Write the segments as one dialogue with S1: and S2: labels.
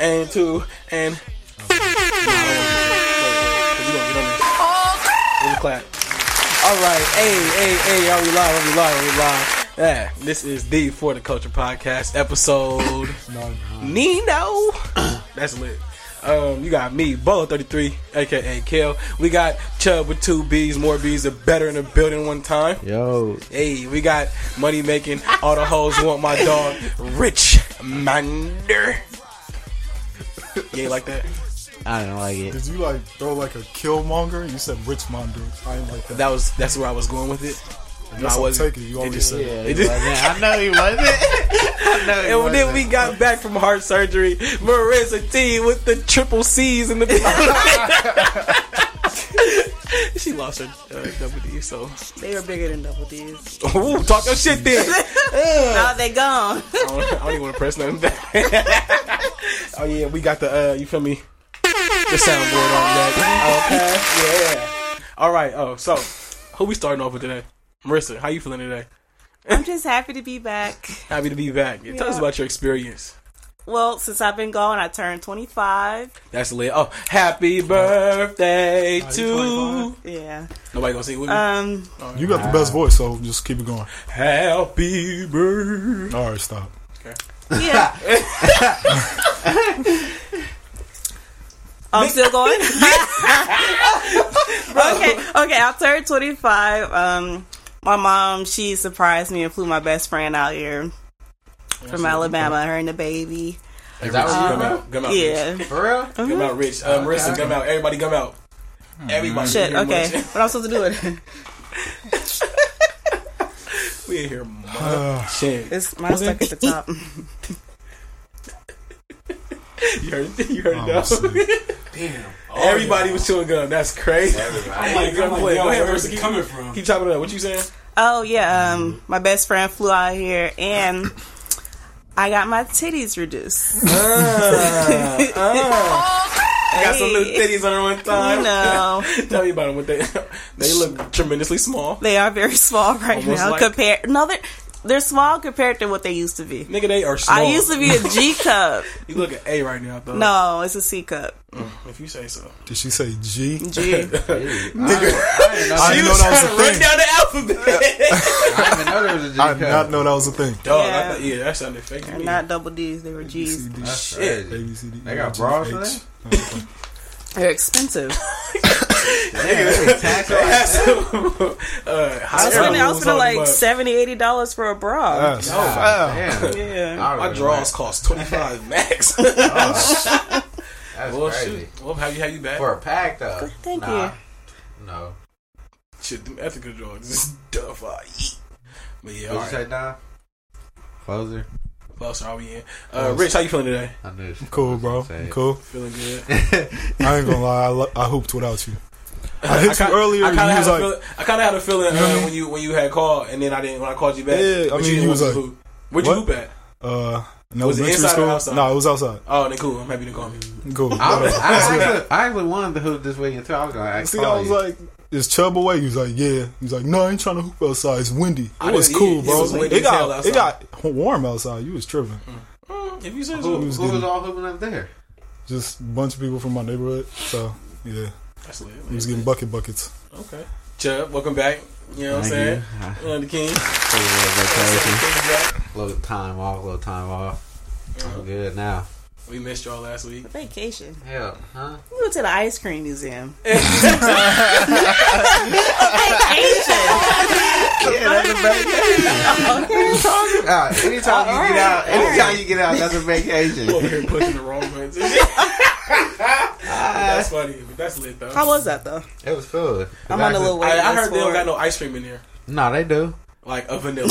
S1: and two, and. Let's clap. All right, hey, hey, hey, are we live? Are we live? Are we live? Yeah, this is the For the Culture podcast episode. Nino, that's lit. Um, you got me, Bolo thirty three, aka Kill. We got Chubb with two B's, more B's, are better in the building one time.
S2: Yo,
S1: Hey, we got money making. All the hoes want my dog, Rich Mander. You ain't like that?
S2: I don't like it.
S3: Did you like throw like a killmonger? You said Richmonder. I ain't like that.
S1: That was that's where I was going with it. No, I
S3: I'll
S1: wasn't.
S3: take it. You
S1: It
S3: already
S1: just-
S3: said it.
S1: It just-
S2: I know he wasn't. I know he
S1: And then we got back from heart surgery, Marissa T with the triple C's in the. she lost her uh, double D, so
S4: They were bigger than double D's.
S1: Ooh, talk your shit then.
S4: Now they
S1: I
S4: gone.
S1: don't, I don't even want to press nothing back. oh yeah, we got the uh, you feel me? The soundboard on that. Okay, yeah. All right. Oh, so who we starting off with today? Marissa, how you feeling today?
S4: I'm just happy to be back.
S1: Happy to be back. Tell us
S4: Yeah.
S1: about your experience.
S4: Well, since I've been gone, I turned 25.
S1: That's lit. Oh, happy birthday to.
S3: 25.
S4: Yeah.
S1: Nobody gonna sing with me.
S4: Um.
S3: You got the best voice, so just keep it going.
S1: happy birthday.
S3: All right, stop.
S4: Yeah. I'm still going. okay. Okay. I turned 25. Um. My mom, she surprised me and flew my best friend out here from Alabama. Her and the baby.
S2: Is that what you
S1: Gum out. Gum out. Rich.
S4: Yeah.
S2: For real?
S1: Gum out, Rich. Uh, Marissa, gum out. Everybody, gum out. Everybody.
S4: Shit.
S1: We hear
S4: Okay.
S1: much.
S4: What I'm supposed to do with it?
S1: we ain't hear much. Shit.
S4: It's mine stuck at the top.
S1: You heard it. You heard it. though.
S3: Oh, shit.
S5: Damn.
S1: Everybody was chewing gum. That's crazy.
S5: I'm like, I'm like,
S1: Go ahead,
S5: yo, where's
S1: Marissa, keep-
S5: it coming from?
S1: Keep chopping it up. What you saying?
S4: Oh yeah, um, my best friend flew out here and I got my titties reduced.
S1: I got some little titties under one time.
S4: You know,
S1: Tell me about them. What they they look tremendously small.
S4: they are very small right
S1: Almost
S4: now
S1: like-
S4: compared. No, they're they're small compared to what they used to be.
S1: Nigga, they are small. Oh.
S4: I used to be a G cup.
S1: You look at A right now, though. Mm,
S4: No, it's a C cup.
S1: If you say so.
S3: Did she say G?
S4: G.
S2: I didn't know,
S3: I
S2: that-
S3: didn't know that was
S1: Run
S3: a
S1: down
S3: thing.
S1: the alphabet.
S2: I didn't know there was a G
S3: I did not
S2: cup.
S3: know that was a thing.
S1: Dog, I
S4: Yeah.
S1: thought, yeah, that sounded fake. to
S4: They're
S1: me.
S4: not double D's. They were G's.
S2: That's
S1: Shit.
S2: crazy. They got bras for that?
S3: Oh,
S4: They're expensive.
S2: Nigga, they tax all that.
S1: uh,
S4: I
S1: high
S4: was
S1: school
S4: spending, I was
S1: was
S4: spending
S1: on
S4: like
S1: the butt.
S4: seventy, eighty dollars for a bra.
S3: Yes.
S1: Ah.
S2: Damn.
S4: Yeah.
S2: I
S1: My
S2: really
S1: draws cost twenty five max.
S2: like- That's
S1: well,
S2: crazy.
S1: shoot. Well, have you have you back?
S2: For a pack, though.
S4: Thank
S2: nah.
S4: you.
S2: No.
S1: Shit, them ethical drugs is duff. I eat. But yeah, all
S2: What'd you
S1: right.
S2: say, Don? Closer?
S1: Close, are we in? Uh, Rich, how you feeling today?
S2: I knew
S3: I'm cool, bro. I'm cool.
S1: Feeling good.
S3: I ain't gonna lie. I, lo- I hooped without you. I
S1: I
S3: hit you
S1: kinda-
S3: earlier.
S1: I
S3: and
S1: kind of
S3: you
S1: had
S3: was
S1: a
S3: like,
S1: feel, I kind of had a feeling
S3: know what I
S1: uh,
S3: mean?
S1: when you when you had called, and then I didn't when I called you back.
S3: Yeah, I
S1: but
S3: mean,
S1: didn't
S3: you was
S1: want to
S3: like-
S1: hoop. where'd you
S3: what?
S1: hoop at?
S3: uh, in
S1: Was it
S3: elementary
S1: inside or
S3: school.
S1: outside?
S3: No, it was outside.
S1: Oh, then cool. I'm happy to call me.
S3: Cool.
S2: I, was, I, actually, I actually wanted to hoop this weekend, too. I was going to ask
S3: See,
S2: call
S3: I was
S2: you.
S3: like, "Is Chubb away?" He was like, "Yeah." He was like, "No, I ain't trying to hoop outside. It's windy.
S1: I
S3: It was
S1: didn't-
S3: cool,
S1: it- it
S3: bro.
S1: was windy
S3: It,
S1: as hell
S3: got
S1: outside.
S3: it got warm outside. You was tripping.
S1: Mm, if you say
S2: who,
S1: so,
S3: Cool. was
S2: who was
S3: getting-
S2: all hooping up there?
S3: Just a bunch of people from my neighborhood. So yeah,
S1: that's lit.
S3: he
S1: man.
S3: was getting bucket buckets.
S1: Okay, Chubb, welcome back. You know what I'm saying?
S2: Thank you. I
S1: Uh, the king.
S2: took a little vacation.
S1: Welcome back.
S2: little time off, little time off. I'm good now.
S1: We missed y'all last week.
S4: Vacation.
S2: Hell, huh?
S4: We went to the ice cream museum. Vacation.
S2: Yeah, that's a vacation. Anytime you get out, anytime you get out, that's a
S1: I'm
S2: vacation.
S1: over here pushing the wrong buttons. that's funny. but That's lit though.
S4: How was that though?
S2: It was food.
S4: I'm on a little wait
S1: I, I
S4: list
S1: heard they don't
S4: for
S1: got no ice cream in there,
S2: No, they do.
S1: like a vanilla.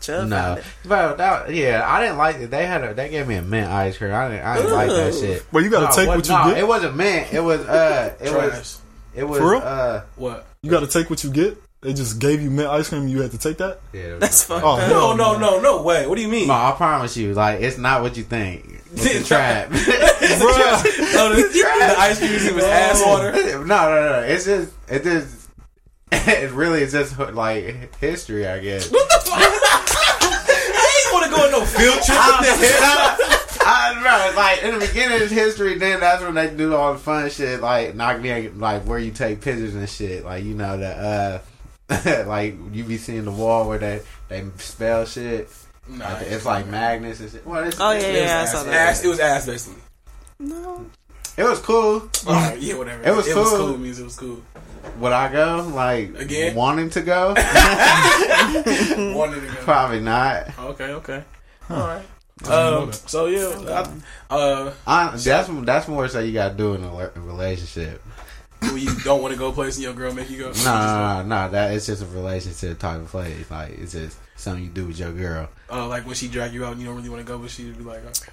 S4: Chubb found
S2: No,
S4: it.
S2: but that, yeah, I didn't like it. They had a, they gave me a mint ice cream. I didn't, I didn't like that
S4: Ooh.
S2: shit.
S3: Well, you gotta
S2: No,
S3: take what, you
S2: no,
S3: get.
S2: It wasn't mint. It was uh, it was
S1: Trash.
S2: it was
S3: For real?
S2: uh,
S1: What?
S3: You gotta take what you get. They just gave you mint ice cream. and You had to take that.
S2: yeah. it was
S4: That's
S2: not
S4: fucked
S3: Oh,
S4: up.
S3: hell
S1: No, no, no, no way. What do you mean?
S2: No, I promise you, like it's not what you think. It's a trap.
S3: Bruh.
S1: No, the, the ice cream museum was ass water.
S2: no, no, no. It's just, it just, it really is just like history, I guess.
S1: What the fuck? I ain't want to go on no field trip. What the hell?
S2: I, bro, like in the beginning it's history, then that's when they do all the fun shit, like knock me like where you take pictures and shit. Like you know the uh like you be seeing the wall where they they spell shit.
S1: Nah,
S2: Like, it's like magnets and shit. Well, it's,
S4: Oh, yeah,
S2: it's-
S4: yeah, I
S2: it's-
S4: saw that.
S1: ass. It was ass basically.
S4: No.
S2: It was cool.
S1: Alright, yeah, whatever.
S2: It was
S1: it was
S2: cool.
S1: cool. Means it was cool.
S2: Would I go? Like
S1: Again?
S2: wanting to go?
S1: Wanted to go.
S2: Probably not.
S1: Okay, okay.
S3: know
S1: Um,
S3: that.
S1: so yeah, I, uh,
S2: I, that's that's more so you gotta do in a le- relationship.
S1: when you don't want to go place and your girl make you go.
S2: No, no, no, no. That it's just a relationship type of play. Like it's just something you do with your girl.
S1: Uh, like when she drag you out and you don't really want to go, but she'd be like, okay.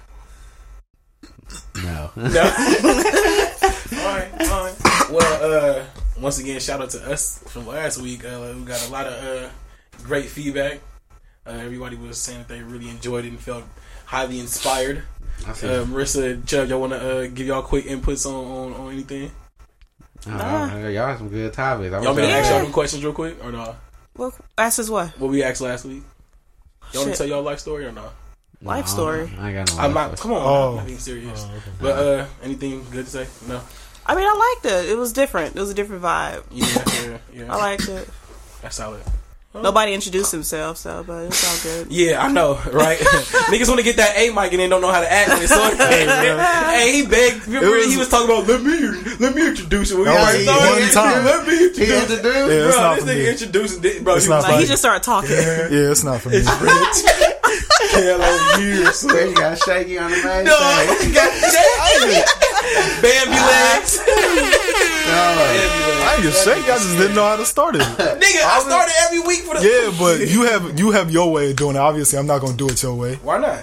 S2: No.
S1: no. all right, all right. Well, uh, once again, shout out to us from last week. Uh, we got a lot of uh, great feedback. Uh, everybody was saying that they really enjoyed it and felt highly inspired.
S2: I see.
S1: Uh, Marissa, Chubb, y'all want to uh, give y'all quick inputs on, on, on anything?
S2: Oh,
S4: Um,
S2: y'all- y'all have some good topics.
S1: Y'all
S2: I wish
S1: want me to ask
S4: Yeah.
S1: y'all some questions real quick or no?
S4: Well, that's just what?
S1: What we asked last week? Y'all want
S4: Shit.
S1: to tell y'all life story or no?
S4: Life story.
S2: I ain't got no.
S1: I'm
S2: life
S1: not.
S2: story.
S1: Come on,
S3: Oh.
S1: I'm not being serious. But uh, anything good to say? No.
S4: I mean, I liked it. It was different. It was a different vibe.
S1: Yeah, yeah, yeah.
S4: I liked it.
S1: That's solid.
S4: Nobody introduced themselves, so but it's all good.
S1: Yeah, I know, right? Niggas want to get that A mic and then don't know how to act. When it's on. hey, he begged. Remember
S3: was-
S1: he was talking about let me let me introduce you. We
S3: That was
S1: already
S3: it,
S1: started.
S3: one time.
S1: Let me
S2: He
S1: introduce.
S2: is
S1: you.
S2: a dude.
S3: Yeah. It's
S1: Bro,
S3: not
S1: this
S3: for
S1: nigga
S3: me.
S1: introduced. This, bro,
S3: It's
S1: he
S3: not
S1: was
S4: Like
S1: like,
S4: he just started talking.
S3: Yeah, it's not for me.
S1: hello, years.
S2: There you got shaky on the main
S1: No,
S2: stage.
S1: Bambi legs.
S2: No.
S3: I ain't just shake. I just didn't know how to start it.
S1: Nigga, I started every week for the.
S3: Yeah, but you have you have your way of doing it. Obviously, I'm not gonna do it your way.
S1: Why not?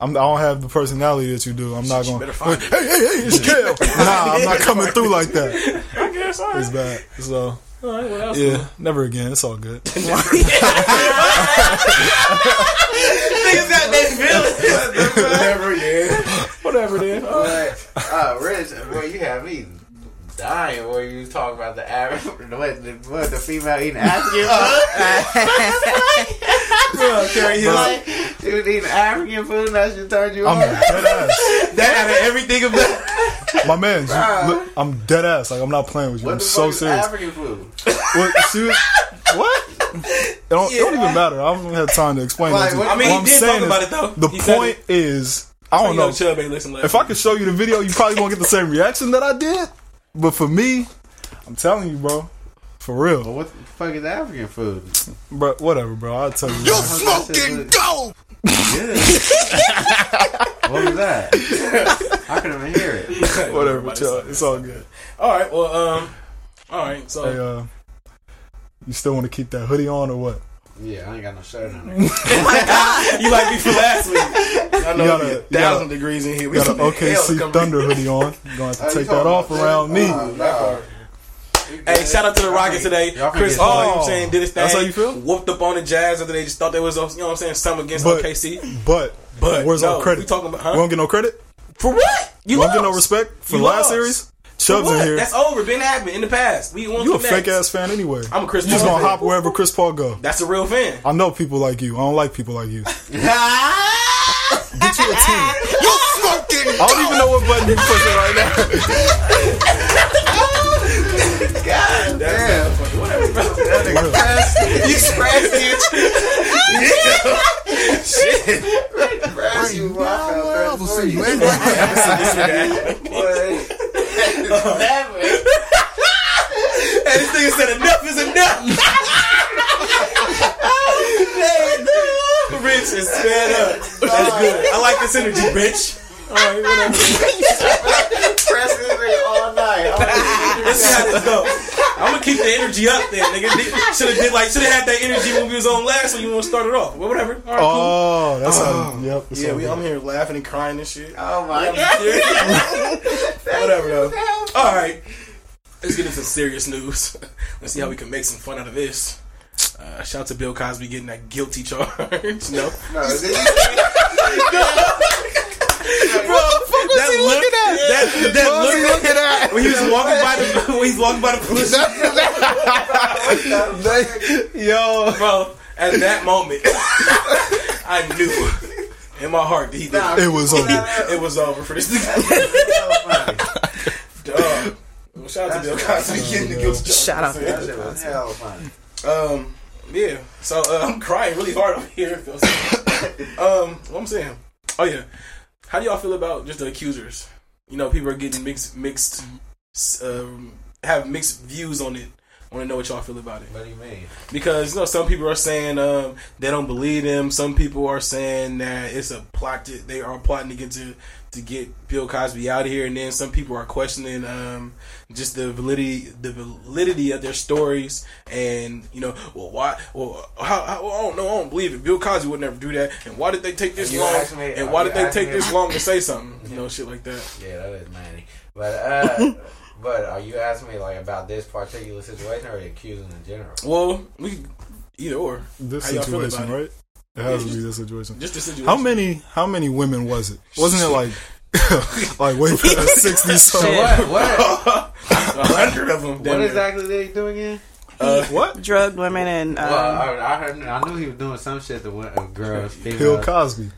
S3: I'm, I don't have the personality that you do. I'm not
S1: You
S3: gonna.
S1: better
S3: Hey,
S1: find
S3: hey,
S1: it.
S3: hey! It's Kel. Nah, I'm not coming through like that.
S1: I guess. All
S3: It's bad.
S1: All
S3: So
S1: right, what else?
S3: yeah, never again. It's all good.
S1: Niggas got their feelings.
S2: Whatever, yeah.
S1: Whatever, then. All right.
S2: But, uh, Rich, boy, you have me dying where you was talking about the average, what, the, what, the female eating African
S3: But
S2: food? She was eating African food and that shit turned you
S3: I'm
S2: on?
S3: dead ass.
S1: That out of everything of that.
S3: My man, you, look, I'm dead ass. Like I'm not playing with you.
S2: What
S3: I'm
S2: the fuck
S3: so
S2: is
S3: serious.
S2: African food?
S3: What? She was, what? It don't, it don't even matter. I don't have time to explain
S2: Like,
S3: that. to
S2: what-
S3: you.
S1: I mean, he
S3: I'm
S1: did
S3: saying
S1: talk
S3: is
S1: about it, though.
S3: The
S1: He said
S3: point is, I
S1: I
S3: don't know.
S1: Chubb ain't listen.
S3: If I could show you the video, you probably won't get the same reaction that I did. But for me, I'm telling you, bro, for real,
S2: What the fuck is African food?
S3: bro, whatever, bro. I'll tell you. later.
S2: Smoking dope! Yeah. what was that? I couldn't even hear it.
S3: Whatever, chill. It's all good.
S1: All right. Well, um. All right. So
S3: Hey, uh, you still want to keep that hoodie on or what?
S2: Yeah, I ain't got no shirt on. There.
S1: you like me for last week? I know
S3: You gotta-
S1: it's
S3: you gotta-
S1: thousand degrees in here. We
S3: You got
S1: some
S3: an OKC
S1: hell
S3: Thunder hoodie on. You're going to have
S2: you
S3: to take
S2: talking
S3: that off
S2: about
S3: around me.
S2: that? No.
S1: Hey, shout out to the Rockets today.
S2: Y'all can
S1: Chris
S2: get-
S1: Paul, you know what
S3: Oh,
S1: I'm saying, did his thing.
S3: that's how you feel?
S1: Whooped up on the Jazz after they just thought they was, you know what I'm saying, some against
S3: But-
S1: OKC.
S3: But,
S1: But,
S3: where's
S1: no,
S3: our credit?
S1: we talking about- huh?
S3: We don't get no credit?
S1: For what? You
S3: We don't get no
S1: lost.
S3: respect for
S1: You
S3: the last
S1: lost.
S3: series?
S1: For
S3: Chubbs in
S1: what?
S3: here.
S1: That's over. Been happening in the past. We want
S3: You a
S1: to the
S3: fake
S1: next.
S3: ass fan anyway.
S1: I'm a Chris
S3: You just
S1: Paul
S3: gonna
S1: fan.
S3: hop wherever Chris Paul go.
S1: That's a real fan.
S3: I know people like you. I don't like people like you. Get you a team. I don't even know what button you pushing right now.
S2: Damn.
S1: Whatever. bro.
S2: That's-
S1: you scratched it.
S2: that's you, boy. I felt bad for you. Boy. Never.
S1: Hey, this nigga said enough is enough. Rich is fed up. That's good. I like this energy, bitch. All right, whatever.
S2: Press this nigga all night. All night.
S1: This shit has to go. I'm gonna keep the energy up there, nigga. Should have did like should have had that energy when we was on last when you want to start it off. Well, whatever. All right, cool.
S3: Oh, that's how. Yep. that's
S1: Yeah,
S3: how
S1: we, I'm here laughing and crying and shit.
S2: Oh my god.
S1: Yeah. Whatever though. All right, let's get into serious news. Let's see how we can make some fun out of this. Uh, shout out to Bill Cosby getting that guilty charge. no,
S2: No, this is-
S1: that look, that, that look,
S3: at that.
S1: when he was walking by the when he was walking by the police,
S3: They- yo,
S1: bro. At that moment, I knew In my heart, he did.
S2: Nah,
S3: It was over.
S1: It was over for this nigga.
S2: so funny.
S1: Dog. Well, shout out to Bill Cosby getting the guilt job.
S4: Shout out to
S2: That shit was hell funny.
S1: Um, yeah. So uh, I'm crying really hard over here. um, what I'm saying. Oh yeah. How do y'all feel about just the accusers? You know, people are getting mixed, mixed, um, have mixed views on it. I want to know what y'all feel about it
S2: What do you mean?
S1: because you know some people are saying um, they don't believe him. Some people are saying that it's a plot. To, they are plotting to get to to get Bill Cosby out of here, and then some people are questioning um, just the validity the validity of their stories. And you know, well, why? Well, how? how well, I don't know. I don't believe it. Bill Cosby would never do that. And why did they take this
S2: You
S1: long?
S2: asked me-
S1: and why
S2: you
S1: did they
S2: asked
S1: take
S2: me-
S1: this long to say something? You know, shit like that.
S2: Yeah, that is Manny. But uh, but are you asking me like about this particular situation or are you accusing in general?
S1: Well, we either or
S3: This
S1: How y'all feel about
S3: situation,
S1: it?
S3: right? It has to be this situation.
S1: just the situation.
S3: How many? How many women was it? Wasn't it like, like way past sixty something?
S2: What what
S1: A hundred of them. Uh,
S2: what exactly did he do again?
S3: What?
S4: drugged women and um,
S2: Well, I, I heard I knew he was doing some shit to one of girls.
S3: Bill
S2: females.
S3: Cosby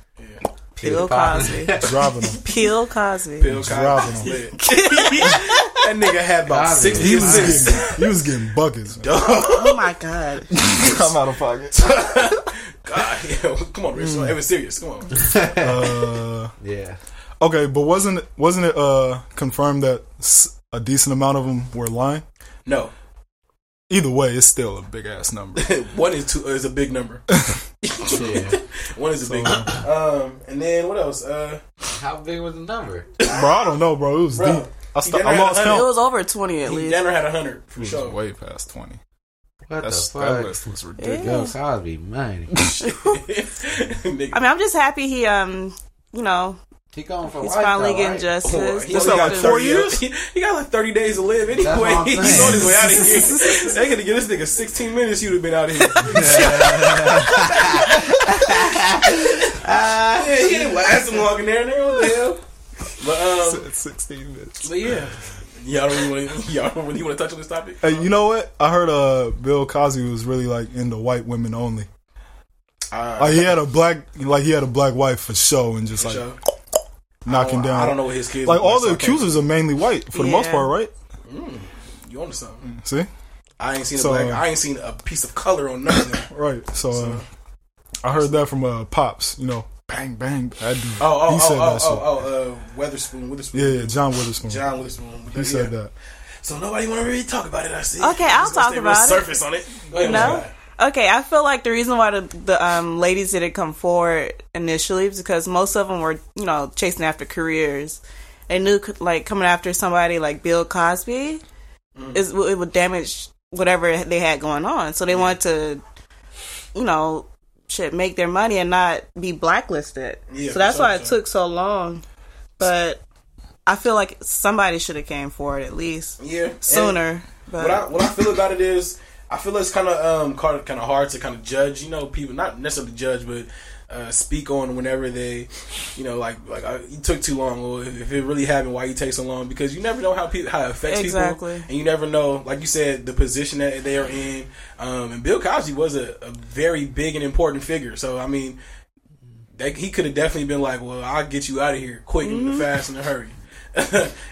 S4: Bill Cosby.
S3: robbing him.
S4: Bill Cosby.
S1: Bill
S3: robbing
S1: Cosby.
S3: him.
S1: lit. that nigga had about
S2: Cosby.
S1: sixty
S3: He was
S1: assists.
S3: getting, he was getting buckets.
S4: Oh my god.
S3: I'm out of pocket.
S1: God, yeah. come on, Rich. Mm. It was serious. Come on.
S3: Uh,
S2: yeah.
S3: okay, but wasn't wasn't it uh, confirmed that s- a decent amount of them were lying?
S1: No,
S3: Either way, it's still a big ass number.
S1: one is two uh, is a big number.
S2: yeah.
S1: One is a big number.
S3: uh,
S1: Um, and then what else? Uh,
S2: How big was the number?
S3: bro, I don't know, bro. It was
S1: Bro,
S3: deep. I,
S1: he
S3: st-
S1: never
S3: I
S1: had
S3: lost
S1: a
S4: It
S1: hundred.
S3: count.
S4: was over 20 at least.
S1: Denver had hundred for
S3: It was
S1: sure.
S3: way past twenty.
S2: What
S3: That's,
S2: the
S3: that
S2: fuck?
S3: list was ridiculous.
S2: Bill
S4: Yeah.
S2: Cosby, man.
S1: Nigga.
S4: I mean, I'm just happy he um, you know,
S2: He going
S1: Oh,
S2: for
S4: he's
S2: life,
S4: finally
S2: though,
S4: getting
S2: right?
S4: justice.
S1: He
S4: This
S1: only
S4: is
S1: got
S4: just-
S1: four
S3: 30
S1: years. He, he got like thirty days to live anyway. He's
S2: what
S1: on
S2: I'm saying.
S1: his way out of here. They could have given this nigga sixteen minutes. You'd have been out of here. yeah, he didn't last him long in there. nigga. What the hell? But um,
S3: Sixteen minutes.
S1: but yeah, y'all don't really want to, y'all don't really want to touch on this topic.
S3: Hey, you know what? I heard uh, Bill Cosby was really like into white women only.
S1: Uh,
S3: Like he had a black, like he had a black wife for show, and just like
S1: so,
S3: knocking down.
S1: Oh, I don't know what his kids
S3: Like all
S1: so I
S3: the
S1: can't-
S3: accusers are mainly white for the most
S4: Yeah.
S3: part, right?
S1: You onto something?
S3: See,
S1: I ain't seen a
S3: So,
S1: black.
S3: uh,
S1: I ain't seen a piece of color on nothing.
S3: right. So, uh, I heard that from uh, pops. You know, bang bang. That dude.
S1: Oh, oh,
S3: he
S1: oh,
S3: said
S1: oh,
S3: that shit.
S1: oh, oh, uh, Weatherspoon, Witherspoon.
S3: Yeah, yeah, John Witherspoon.
S1: John Witherspoon.
S3: he Mm. said that.
S1: So nobody want to really talk about it. I see.
S4: Okay, I'll
S1: Just gonna
S4: talk
S1: stay
S4: about it.
S1: Surface on it. Go ahead,
S4: No.
S1: Mr.
S4: Okay, I feel like the reason why the, the um, ladies didn't come forward initially is because most of them were, you know, chasing after careers. They knew, c- like, coming after somebody like Bill Cosby
S1: Mm-hmm.
S4: is it would damage whatever they had going on. So they wanted to, you know, shit, make their money and not be blacklisted.
S1: Yeah,
S4: so that's
S1: for
S4: why
S1: sure,
S4: it
S1: sure.
S4: took so long. But I feel like somebody should have came forward at least
S1: Yeah. And
S4: sooner. But
S1: What I what I feel about it is, I feel it's kind of um kind of hard to kind of judge. You know, people not necessarily judge, but. Uh, speak on whenever they, you know, like like uh, you took too long, or if, if it really happened, why you take so long? Because you never know how people how it affects
S4: Exactly.
S1: people, and you never know, like you said, the position that they are in. Um, and Bill Cosby was a, a very big and important figure, so I mean, they, he could have definitely been like, "Well, I'll get you out of here quick and fast in a hurry,"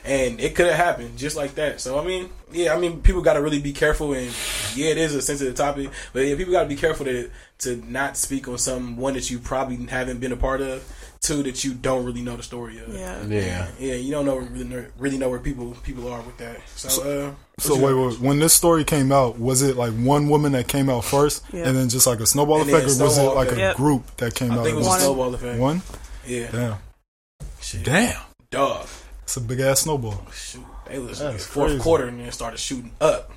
S1: and it could have happened just like that. So I mean, yeah, I mean, people got to really be careful, and yeah, it is a sensitive topic, but yeah, people got to be careful to to not speak on some one that you probably haven't been a part of, two that you don't really know the story of.
S4: yeah.
S2: Yeah.
S1: Yeah, you don't know really, really know where people people are with that. So, uh, what
S3: So
S1: you
S3: wait,
S1: know?
S3: wait, when this story came out, was it like one woman that came out first,
S4: Yeah.
S3: and then just like a snowball
S1: And then
S3: effect, or was it
S1: snowball
S3: like a
S1: effect.
S4: Yep.
S3: group that came
S1: I
S3: out?
S1: think it was
S4: One.
S1: a snowball effect.
S3: one.
S1: Yeah,
S3: Damn,
S1: Shit.
S3: damn,
S1: dog.
S3: it's a big ass snowball.
S1: Shoot, they was
S3: That's
S1: fourth
S3: crazy.
S1: quarter and then started shooting up.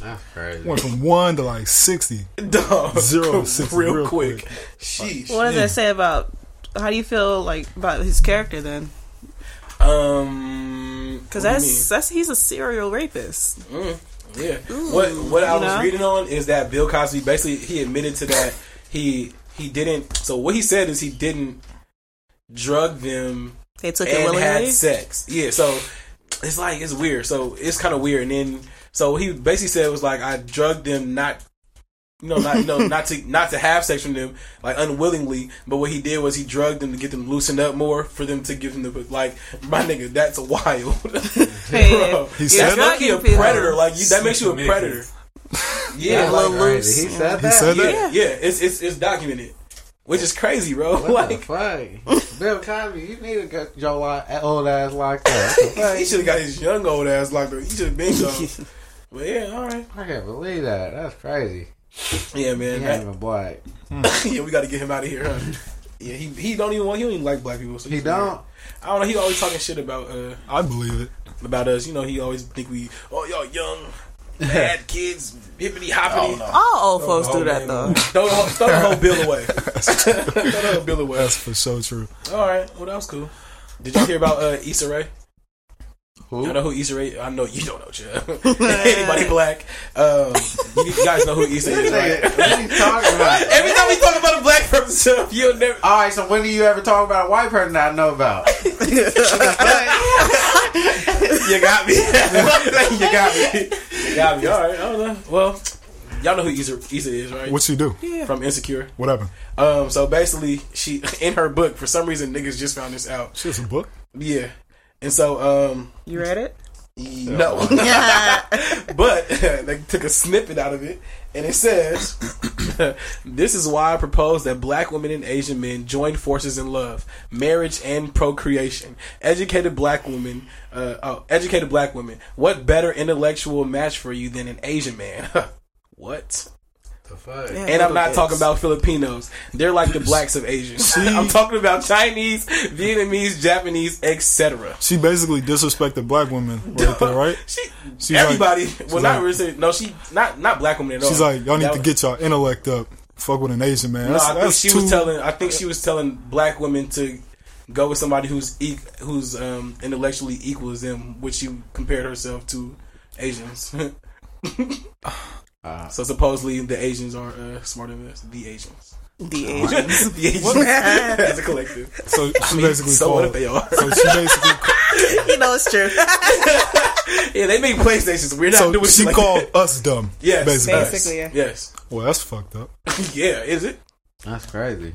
S2: That's crazy.
S3: Went from one to like sixty.
S1: Dog,
S3: Zero to six
S1: real,
S3: real
S1: quick.
S3: quick.
S1: Sheesh.
S4: What does that say about? How do you feel like about his character then?
S1: Um,
S4: Because
S1: what do
S4: that's that's he's a serial rapist.
S1: you mean? Mm, yeah. what what I was
S4: you know?
S1: reading on is that Bill Cosby basically he admitted to that he he didn't. So what he said is he didn't drug them
S4: They took it
S1: and
S4: willingly.
S1: had sex. Yeah, so it's like it's weird. So it's kind of weird. And then so he basically said it was like I drugged them not No, not no, not to not to have sex with them like unwillingly. But what he did was he drugged them to get them loosened up more for them to give him the like my nigga. That's wild,
S4: Hey,
S1: bro.
S4: you're
S1: He said
S4: drugging
S1: you a
S4: people.
S1: predator. Like you, that makes you a
S5: Sneaky niggas.
S1: predator. Yeah, like,
S4: Yeah, little
S2: Crazy.
S4: loose.
S2: He said that.
S3: He said
S1: yeah,
S3: that.
S1: yeah, It's it's it's documented, which is crazy, bro.
S2: What
S1: like
S2: the fuck? Bill Cosby, you need to get your li- old ass locked up. What the
S1: he
S2: fuck?
S1: should have got his young old ass locked up. He should have been gone. but yeah, all right.
S2: I can't believe that. That's crazy.
S1: Yeah,
S2: He
S1: man.
S2: ain't
S1: that-
S2: even black.
S1: yeah, we got to get him out of here. Huh? Yeah, he he don't even want he don't even like black people. So
S2: He
S1: he's
S2: don't.
S1: weird. I don't know. He always talking shit about uh
S3: I believe it.
S1: about us. You know, he always think we oh y'all young bad kids hippity hoppity.
S4: All
S1: Oh,
S4: old folks
S5: no,
S4: do that
S5: man.
S4: though.
S1: Throw the, whole, throw the whole bill away. throw the whole bill away.
S3: That's for so true.
S1: All right. Well, that was cool. Did y'all hear about uh, Issa Rae? Y'all know
S2: Who?
S1: who Issa Rae? I know you don't know, Chub. Anybody black? Um, you guys know who Issa is, right?
S2: Nigga, what are you talking about?
S1: Every time we talk about a black person, you'll never.
S2: All right, so when do you ever talk about a white person that I know about?
S1: You got me. you got me. You got me. All right. I don't know. Well, y'all know who Issa, Issa is, right?
S3: What she do?
S1: From Insecure.
S3: What happened?
S1: Um, so basically, she in her book for some reason niggas just found this out.
S3: She has a book.
S1: Yeah, and so um,
S4: You read it?
S1: no, but they took a snippet out of it, and it says, "This is why I propose that black women and Asian men join forces in love, marriage, and procreation. Educated black women, uh, oh, educated black women. What better intellectual match for you than an Asian man? what?"
S2: the fuck?
S4: Yeah.
S1: And I'm not talking about Filipinos. They're like the blacks of Asians. I'm talking about Chinese, Vietnamese, Japanese, etc.
S3: She basically disrespected black women right there, right?
S1: She,
S3: She's
S1: everybody.
S3: like-
S1: well,
S3: she's
S1: not
S3: like-
S1: really. No, she not not black women at all.
S3: She's like, y'all need
S1: That
S3: to
S1: was-
S3: get y'all intellect up. Fuck with an Asian man.
S1: No,
S3: That's,
S1: I think
S3: that's
S1: she
S3: too,
S1: was telling. I think she was telling black women to go with somebody who's e- who's um, intellectually equal as them, which she compared herself to Asians.
S2: Uh,
S1: so supposedly the Asians are uh, smarter than us. The Asians.
S4: The
S1: the
S4: Asian.
S1: Asians as a collective.
S3: So she basically
S1: So what if
S3: called.
S1: they are?
S3: So she basically.
S4: you know it's true.
S1: Yeah, they make PlayStations. We're not
S3: so
S1: doing
S3: she
S1: shit like
S3: called
S1: that.
S3: us dumb.
S1: Yes,
S3: basically.
S1: us.
S4: Basically, yeah.
S1: Yes.
S3: Well, that's fucked up.
S1: Yeah, is it?
S2: That's crazy.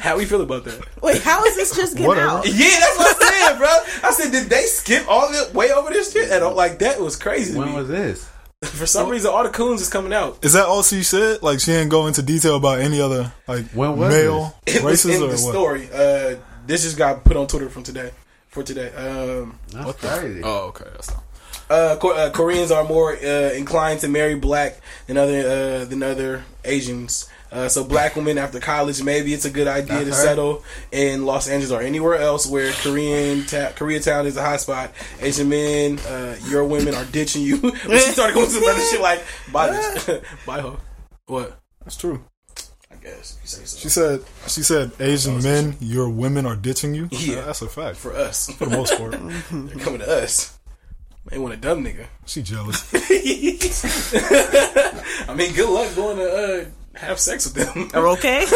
S1: How we feel about that?
S4: Wait, how is this just getting
S3: Whatever.
S4: out?
S1: Yeah, that's what I said, bro. I said, did they skip all the way over this shit? And I'm like, that was crazy. to
S2: When
S1: me.
S2: was this?
S1: For some reason, all the coons is coming out.
S3: Is that all she said? Like she didn't go into detail about any other like
S2: When was
S3: male
S1: It was in
S3: races or
S1: the
S3: what?
S1: story. Uh, this just got put on Twitter from today. For today, um,
S2: That's crazy.
S5: Oh, okay. That's not.
S1: uh, Ko- uh, Koreans are more uh, inclined to marry black than other uh, than other Asians. Uh, so black women after college, maybe it's a good idea
S2: That's
S1: to
S2: her.
S1: settle in Los Angeles or anywhere else where Korean ta- Koreatown is a hot spot. Asian men, uh, your women are ditching you. When she started going to some other shit like buy this, buy her. What?
S3: That's true.
S1: I guess you say so.
S3: She said. She said Asian men, your women are ditching you.
S1: Yeah.
S3: that's a fact for
S1: For us,
S3: the most part.
S1: they're coming to us. They want a dumb nigga.
S3: she jealous.
S1: I mean, good luck going to uh, have sex with them.
S4: Okay.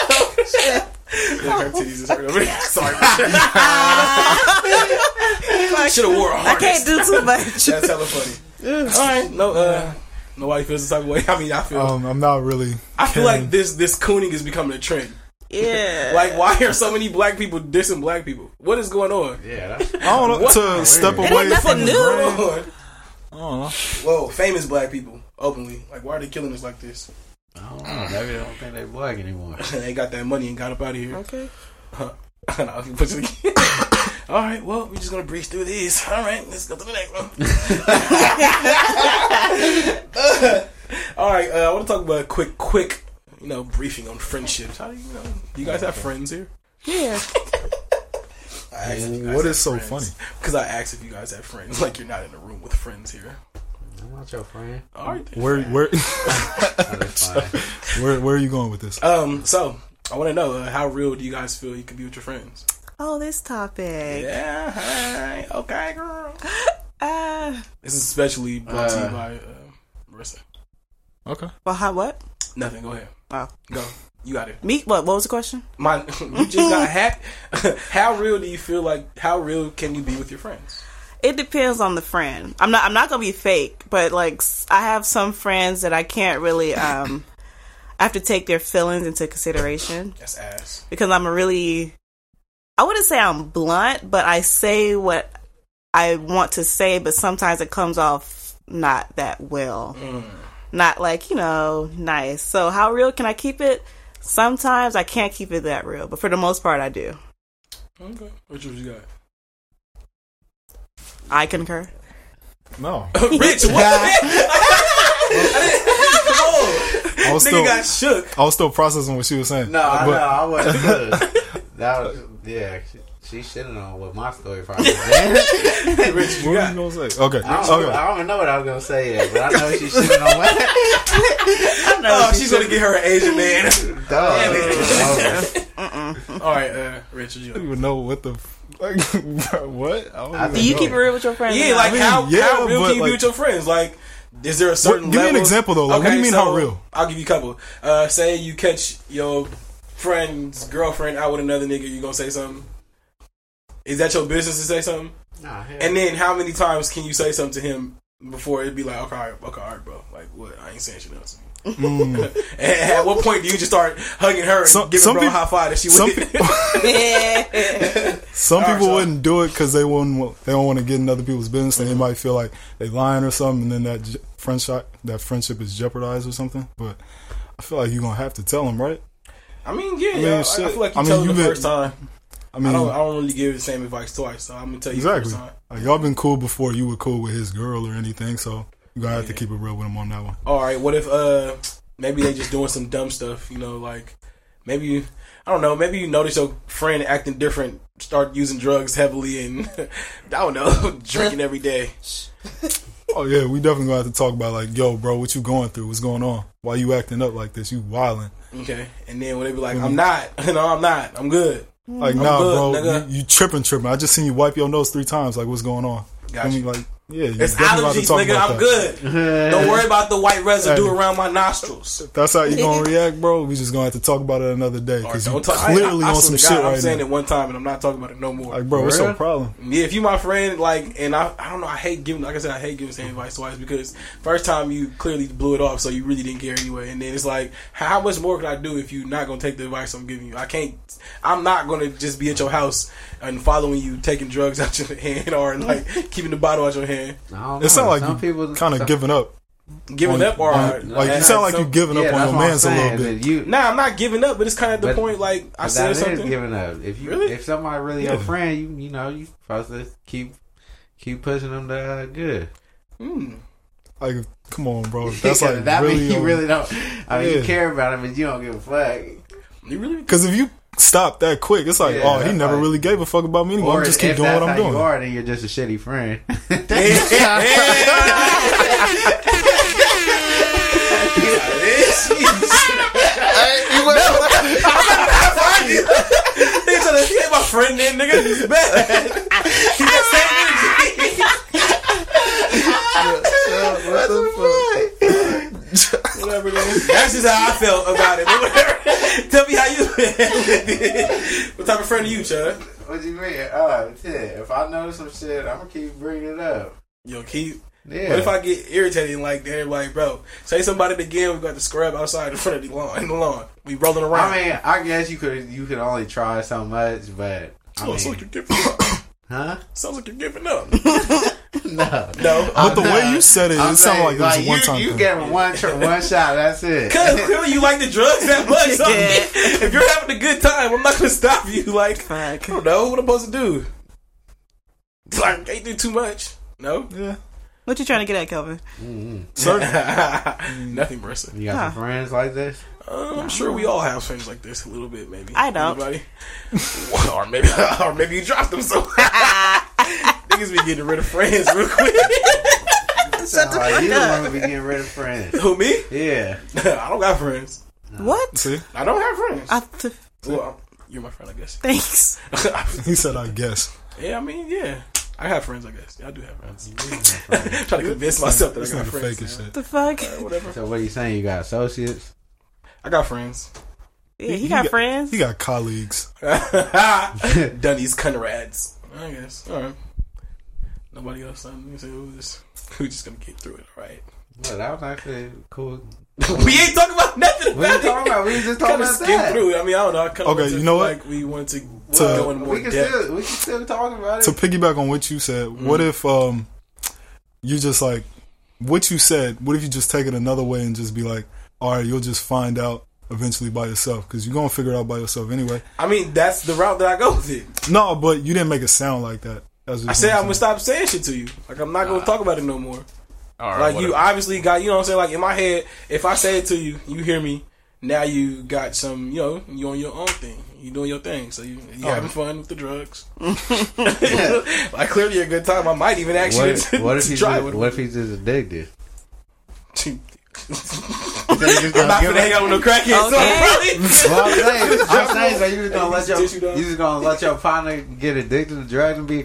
S1: Her titties is hurt over there. Sorry. Should have wore a
S4: I
S1: harness.
S4: can't do too much.
S1: That's hella funny. All right. No. Uh, nobody feels the type of way. I mean, I feel.
S3: Um, I'm not really.
S1: I feel
S3: caring.
S1: like this this cooning is becoming a trend.
S4: yeah.
S1: Like, why are so many black people dissing black people? What is going on?
S2: Yeah, that's
S3: I don't know to step
S2: It
S4: ain't
S3: away
S4: nothing
S3: from the
S4: new.
S3: brand.
S1: Come on.
S3: I don't know.
S1: Whoa, famous black people openly. Like, why are they killing us like this?
S2: I don't know. Maybe they don't think they black anymore.
S1: they got that money and got up out of here.
S4: okay.
S1: And I'll push it again. All right, well, we're just gonna breeze through these. All right, let's go to the next one. all right, uh, I want to talk about a quick, quick, you know, briefing on friendships. How do you know? Do you guys have friends here?
S4: Yeah.
S3: What is so funny?
S1: Because I asked if you guys have friends. Like you're not in a room with friends here.
S2: I'm not your friend.
S1: All right. then.
S3: Where where
S2: That is fine.
S3: where where are you going with this?
S1: Um. So I want to know uh, how real do you guys feel you can be with your friends?
S4: Oh, this topic.
S1: Yeah. hi, Okay, girl.
S4: Ah.
S1: This is especially brought to you
S2: Uh.
S1: by uh, Marissa.
S3: Okay.
S4: well, how what?
S1: Nothing. Go ahead.
S4: Oh.
S1: Go. You got it.
S4: Me? What? What was the question?
S1: My, you just got hacked. how real do you feel like? How real can you be with your friends?
S4: It depends on the friend. I'm not. I'm not gonna be fake, but like s- I have some friends that I can't really. Um, I have to take their feelings into consideration
S1: That's ass.
S4: because I'm a really. I wouldn't say I'm blunt, but I say what I want to say, but sometimes it comes off not that well. Not like, you know, nice. So, how real can I keep it? Sometimes I can't keep it that real, but for the most part, I do.
S1: Okay. Which ones you got?
S4: I concur.
S3: No,
S1: Rich, what? I didn't- Come on.
S3: I was
S1: Nigga
S3: still
S1: got shook.
S3: I was still processing what she was saying.
S2: No, I know.
S3: But-
S2: I wasn't. good. that was yeah. She, she shitted on what my story probably. was. I,
S1: Rich, you
S3: What
S1: got.
S3: were you gonna say? Okay,
S2: don't,
S3: okay.
S2: I don't even know what I was gonna say yet, but I know she shitted on what.
S1: Oh, she's gonna get her an Asian man.
S2: Dog. Oh,
S1: All right, uh, Rich, what you
S3: I don't
S1: got?
S3: even know what the f- like, bro, what. I don't
S2: I
S3: even
S4: Do you
S3: know.
S4: keep it real with your friends?
S1: Yeah, like
S3: mean,
S1: how
S3: yeah,
S1: how real
S3: but,
S1: can you
S3: like-
S1: be with your friends? Like, is there a certain?
S3: give me an
S1: level?
S3: example, though. Like, what do you mean, how real?
S1: I'll give you a couple. Uh, say you catch your friend's girlfriend out with another nigga, you gonna say something? Is that your business to say something?
S2: nah, hell.
S1: And then how many times can you say something to him before it'd be like, okay, all right, okay, all right, bro, like what? I ain't saying shit else. and at what point do you just start hugging her and
S3: Mm. Some-
S1: giving
S3: some
S1: bro a
S3: peop-
S1: high five that she
S3: some
S1: with it?
S3: people, some
S1: Alright,
S3: people
S1: so-
S3: wouldn't do it because they wouldn't. wa- They don't want to get in other people's business, and they might feel like they lying or something, and then that j- friendship that friendship is jeopardized or something. But I feel like you're gonna have to tell them, right?
S1: I mean, yeah,
S3: mean,
S1: yeah, I, I
S3: shit.
S1: feel like you
S3: I mean,
S1: tell him
S3: you
S1: the
S3: been-
S1: first time.
S3: I mean,
S1: I don't, I don't really give the same advice twice, so I'm gonna tell you
S3: Mm. exactly.
S1: the first time.
S3: Like, y'all been cool before. You were cool with his girl or anything, so you're gonna have to keep it real with him on that one.
S1: all right, what if uh maybe they just doing some dumb stuff, you know, like maybe you I don't know, maybe you notice your friend acting different, start using drugs heavily and I don't know, drinking every day.
S3: Oh yeah, we definitely gonna have to talk about like, yo, bro, what you going through? What's going on? Why you acting up like this? You wilding?
S1: Okay. And then when they be like, I'm not,
S3: Mm-hmm.
S1: you know, I'm not, I'm good.
S3: Like, nah,
S1: good,
S3: bro,
S1: nigga.
S3: you, you tripping, tripping. I just seen you wipe your nose three times. Like, what's going on?
S1: Gotcha.
S3: I mean, like, yeah, you
S1: It's
S3: definitely about to
S1: allergies,
S3: talk
S1: nigga,
S3: about
S1: I'm
S3: that.
S1: good. Don't worry about the white residue
S3: Hey.
S1: around my nostrils.
S3: That's how you gonna react, bro. We just gonna have to talk about it another day
S1: Or
S3: because you
S1: don't talk I-
S3: clearly
S1: I, I,
S3: on
S1: swear
S3: some
S1: to God,
S3: shit
S1: I'm
S3: right
S1: saying
S3: now.
S1: it one time and I'm not talking about it no more.
S3: Like, bro, what's your
S2: Bruh.
S3: problem?
S1: Yeah, if you my friend, like, and I, I don't know, I hate giving, like I said, I hate giving same advice twice because first time you clearly blew it off, so you really didn't care anyway. And then it's like, how much more can I do if you're not gonna take the advice I'm giving you? I can't, I'm not gonna just be at your house and following you taking drugs out your hand or like keeping the bottle out your hand,
S2: I don't know.
S3: It sound like
S2: some
S3: you
S2: people
S3: kind of
S2: some-
S3: giving up.
S1: giving
S3: on-
S1: up or
S3: on- like you sound like you giving
S2: Yeah,
S3: up on
S2: that's
S3: your
S2: what I'm
S3: man's a
S2: saying,
S3: little bit.
S2: that You,
S1: Nah, I'm not giving up, but it's kind of at the
S2: But-
S1: point like I
S2: But
S1: said
S2: that is
S1: something.
S2: giving up. If you
S1: Really?
S2: if somebody really your
S3: Yeah.
S2: friend, you you know you supposed to keep keep pushing them to uh, good.
S1: Mm.
S3: Like, come on, bro. That's like
S2: that
S3: really, um,
S2: means you really don't. I mean,
S3: Yeah.
S2: you care about him, but you don't give a fuck.
S1: You really?
S3: Because if you stop that quick, it's like,
S2: Yeah,
S3: oh, he
S2: that's
S3: never
S2: like-
S3: really gave a fuck about me anymore. I'm just keep
S2: if
S3: doing
S2: that's
S3: what I'm
S2: how
S3: doing.
S2: You are, then you're just a shitty friend.
S1: They tryna he ain't my friend then, nigga. He's bad. He that same energy.
S2: what the fuck?
S1: Whatever, nigga. That's just how I felt about it. But whatever. Tell me how you feel. What type of friend are you, Chud?
S2: What you mean? Oh, yeah. If I notice some shit, I'm gonna keep bringing it up.
S1: Yo, keep.
S2: Yeah.
S1: What if I get irritated and like they're like, bro, say somebody again, we got the scrub outside in front of the lawn in the lawn. We rolling around.
S2: I mean, I guess you could you could only try so much, but I
S1: Oh, so
S2: mean,
S1: you're giving up.
S2: huh?
S1: Sounds like you're giving up.
S2: No.
S1: No.
S3: But the
S2: I'm
S3: way
S2: not-
S3: you said it,
S2: I'm
S3: it sounded like
S2: saying, you-
S3: it was a one time
S2: You,
S3: thing.
S2: gave him one, tr- one shot. That's it.
S1: Cause clearly you like the drugs that much. So if you're having a good time, I'm not gonna stop you. Like I
S4: Fuck.
S1: don't know what I'm supposed to do. Like can't do too much. No,
S3: Yeah.
S4: What you trying to get at, Kelvin?
S1: nothing, Marissa.
S2: You got
S4: Huh.
S2: some friends like this?
S1: Mm. Uh, I'm sure we all have friends like this a little bit, maybe.
S4: I don't.
S1: Anybody? or maybe, or maybe you dropped them. So niggas be getting rid of friends real quick.
S2: Sound like you the one to be getting rid of friends.
S1: Who me?
S2: Yeah.
S1: I don't got friends.
S4: What?
S3: See?
S1: I don't have friends.
S4: I th-
S1: well, you're my friend, I guess.
S4: thanks.
S3: He said, I guess.
S1: Yeah, I mean, yeah. I have friends, I guess. Yeah, I do have friends. Try to convince myself that
S3: This
S1: I got
S3: nigga
S1: friends.
S3: fake as shit.
S4: The fuck?
S1: Whatever.
S2: So what are you saying? You got associates?
S1: I got friends.
S4: Yeah, he got friends.
S3: He got colleagues.
S1: Dunny's Conrads. I guess. All right. Nobody else. I mean, so we're just, we're just gonna get through it, all right?
S2: Well, that was actually cool.
S1: we ain't talking about nothing.
S2: What are you
S1: about it.
S2: talking about? We was just talking
S1: Kind of
S2: about
S1: skim
S2: that.
S1: through. it. I mean, I don't know. I kind of
S3: Okay, you know what?
S1: Like we wanted to,
S3: Well,
S1: go in more
S2: We can
S1: depth.
S2: still we can still talk about
S3: to
S2: it.
S3: piggyback on what you said, what if um, you just like what you said? What if you just take it another way and just be like, all right, you'll just find out eventually by yourself because you're gonna figure it out by yourself anyway.
S1: I mean, that's the route that I go with it.
S3: No, but you didn't make it sound like that. That's
S1: I
S3: just
S1: said
S3: what
S1: I'm gonna stop saying shit to you. Like I'm not gonna talk about it no more.
S5: All right,
S1: Like you
S5: whatever.
S1: obviously got you know what I'm saying. Like in my head, if I say it to you, you hear me. Now you got some, you know, you on your own thing. You doing your thing. So you you having fun with the drugs. like clearly a good time. I might even ask you
S2: What,
S1: to,
S2: what if
S1: to
S2: he's
S1: try
S2: just,
S1: with
S2: what if he's just addicted?
S1: I'm not gonna hang out with no crackheads.
S4: Okay.
S1: So
S2: Well, I'm saying, I'm saying, so you just gonna let
S1: Tissue
S2: your
S1: dog.
S2: you just gonna let your partner get addicted to drugs and be a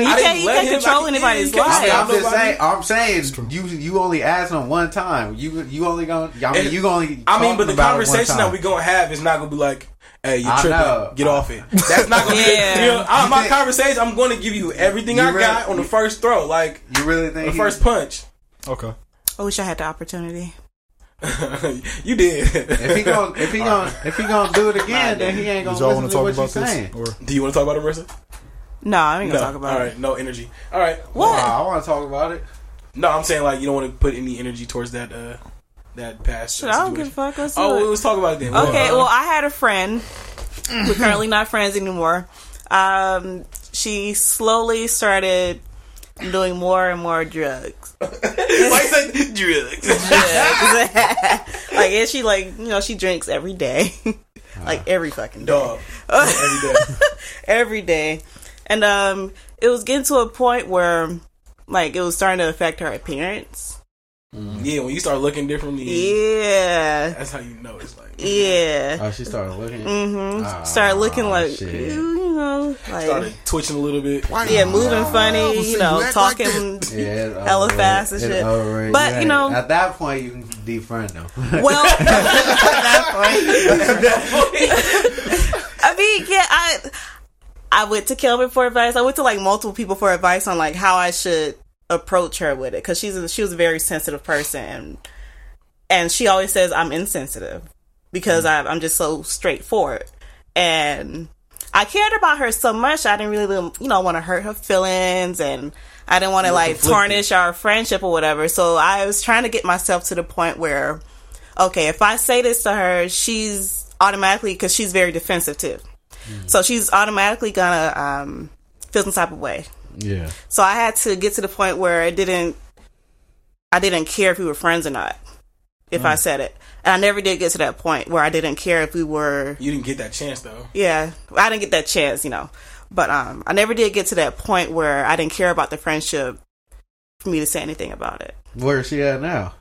S4: You
S1: I
S4: can't,
S1: didn't
S4: you
S1: let
S4: can't
S1: him,
S4: control
S1: I can-
S4: anybody's
S1: yeah, you
S4: life.
S1: can't
S2: I'm just
S1: nobody-
S2: saying. I'm saying you you only asked him one time. You you only gonna. I mean,
S1: And-
S2: you only.
S1: I mean, but
S2: talking
S1: the
S2: about it one
S1: conversation
S2: time.
S1: that we gonna have is not gonna be like, "Hey, you
S2: I know.
S1: tripping? Get off it." That's not gonna
S4: Yeah.
S1: be. You know, I,
S2: You
S1: my
S2: think-
S1: conversation, I'm going to give you everything
S2: You
S1: I
S2: really-
S1: got on the first throw, like
S2: You really think
S1: the
S2: he-
S1: first punch.
S3: I'm saying. Okay.
S4: I wish I had the opportunity.
S1: you did.
S2: If he gonna if he gonna if he gonna do it again, then he ain't gonna
S3: Did y'all
S2: listen
S3: want to
S2: to
S3: talk
S2: what you're
S3: about this?
S2: saying.
S3: Or
S1: Do you want to talk about it, Marissa?
S4: No, I ain't
S1: No.
S4: gonna talk about
S1: All
S4: it.
S1: right, no energy. All right.
S2: Nah,
S4: What?
S2: I want to talk about it.
S1: No, I'm saying like you don't want to put any energy towards that. uh That past.
S4: Shit,
S1: uh,
S4: I don't give a
S1: situation.
S4: fuck. Let's do
S1: Oh,
S4: it.
S1: well, let's talk about it then.
S4: Okay,
S1: Uh,
S4: well, I had a friend. We're currently not friends anymore. Um, she slowly started doing more and more drugs.
S1: why you said drugs?
S4: like, and she like you know she drinks every day, like every fucking day,
S1: Dog. Every day.
S4: every day, and um, it was getting to a point where like it was starting to affect her appearance.
S1: Yeah, when you start looking
S2: Mm.
S1: differently,
S4: Yeah,
S1: that's how you know it's like.
S4: yeah.
S2: Oh, she started looking.
S1: Mm.
S4: hmm Started looking like
S2: Ah, shit.
S4: you know
S1: Started
S4: like.
S1: twitching a little bit.
S4: Yeah, moving funny, you know, talking
S2: Yeah, it's
S4: hella
S2: over
S4: fast
S2: with.
S4: and
S2: It's
S4: shit.
S2: over with.
S4: But, you know-
S2: at that point you can defriend them.
S4: Well, I mean, yeah, I I went to Kelvin for advice. I went to like multiple people for advice on like how I should approach her with it because she's a, she was a very sensitive person, and, and she always says I'm insensitive because I, I'm just so straightforward, and I cared about her so much I didn't really you know want to hurt her feelings and. I didn't want to like
S1: conflicted.
S4: tarnish our friendship or whatever. So I was trying to get myself to the point where okay, if I say this to her, she's automatically because she's very defensive too.
S2: Mm.
S4: So she's automatically gonna um, feel some type of way.
S2: yeah,
S4: So I had to get to the point where I didn't, I didn't care if we were friends or not, if
S2: Mm.
S4: I said it, and I never did get to that point where I didn't care if we were.
S1: You didn't get that chance though.
S4: Yeah, I didn't get that chance, you know, but um, I never did get to that point where I didn't care about the friendship for me to say anything about it.
S2: where's she at now?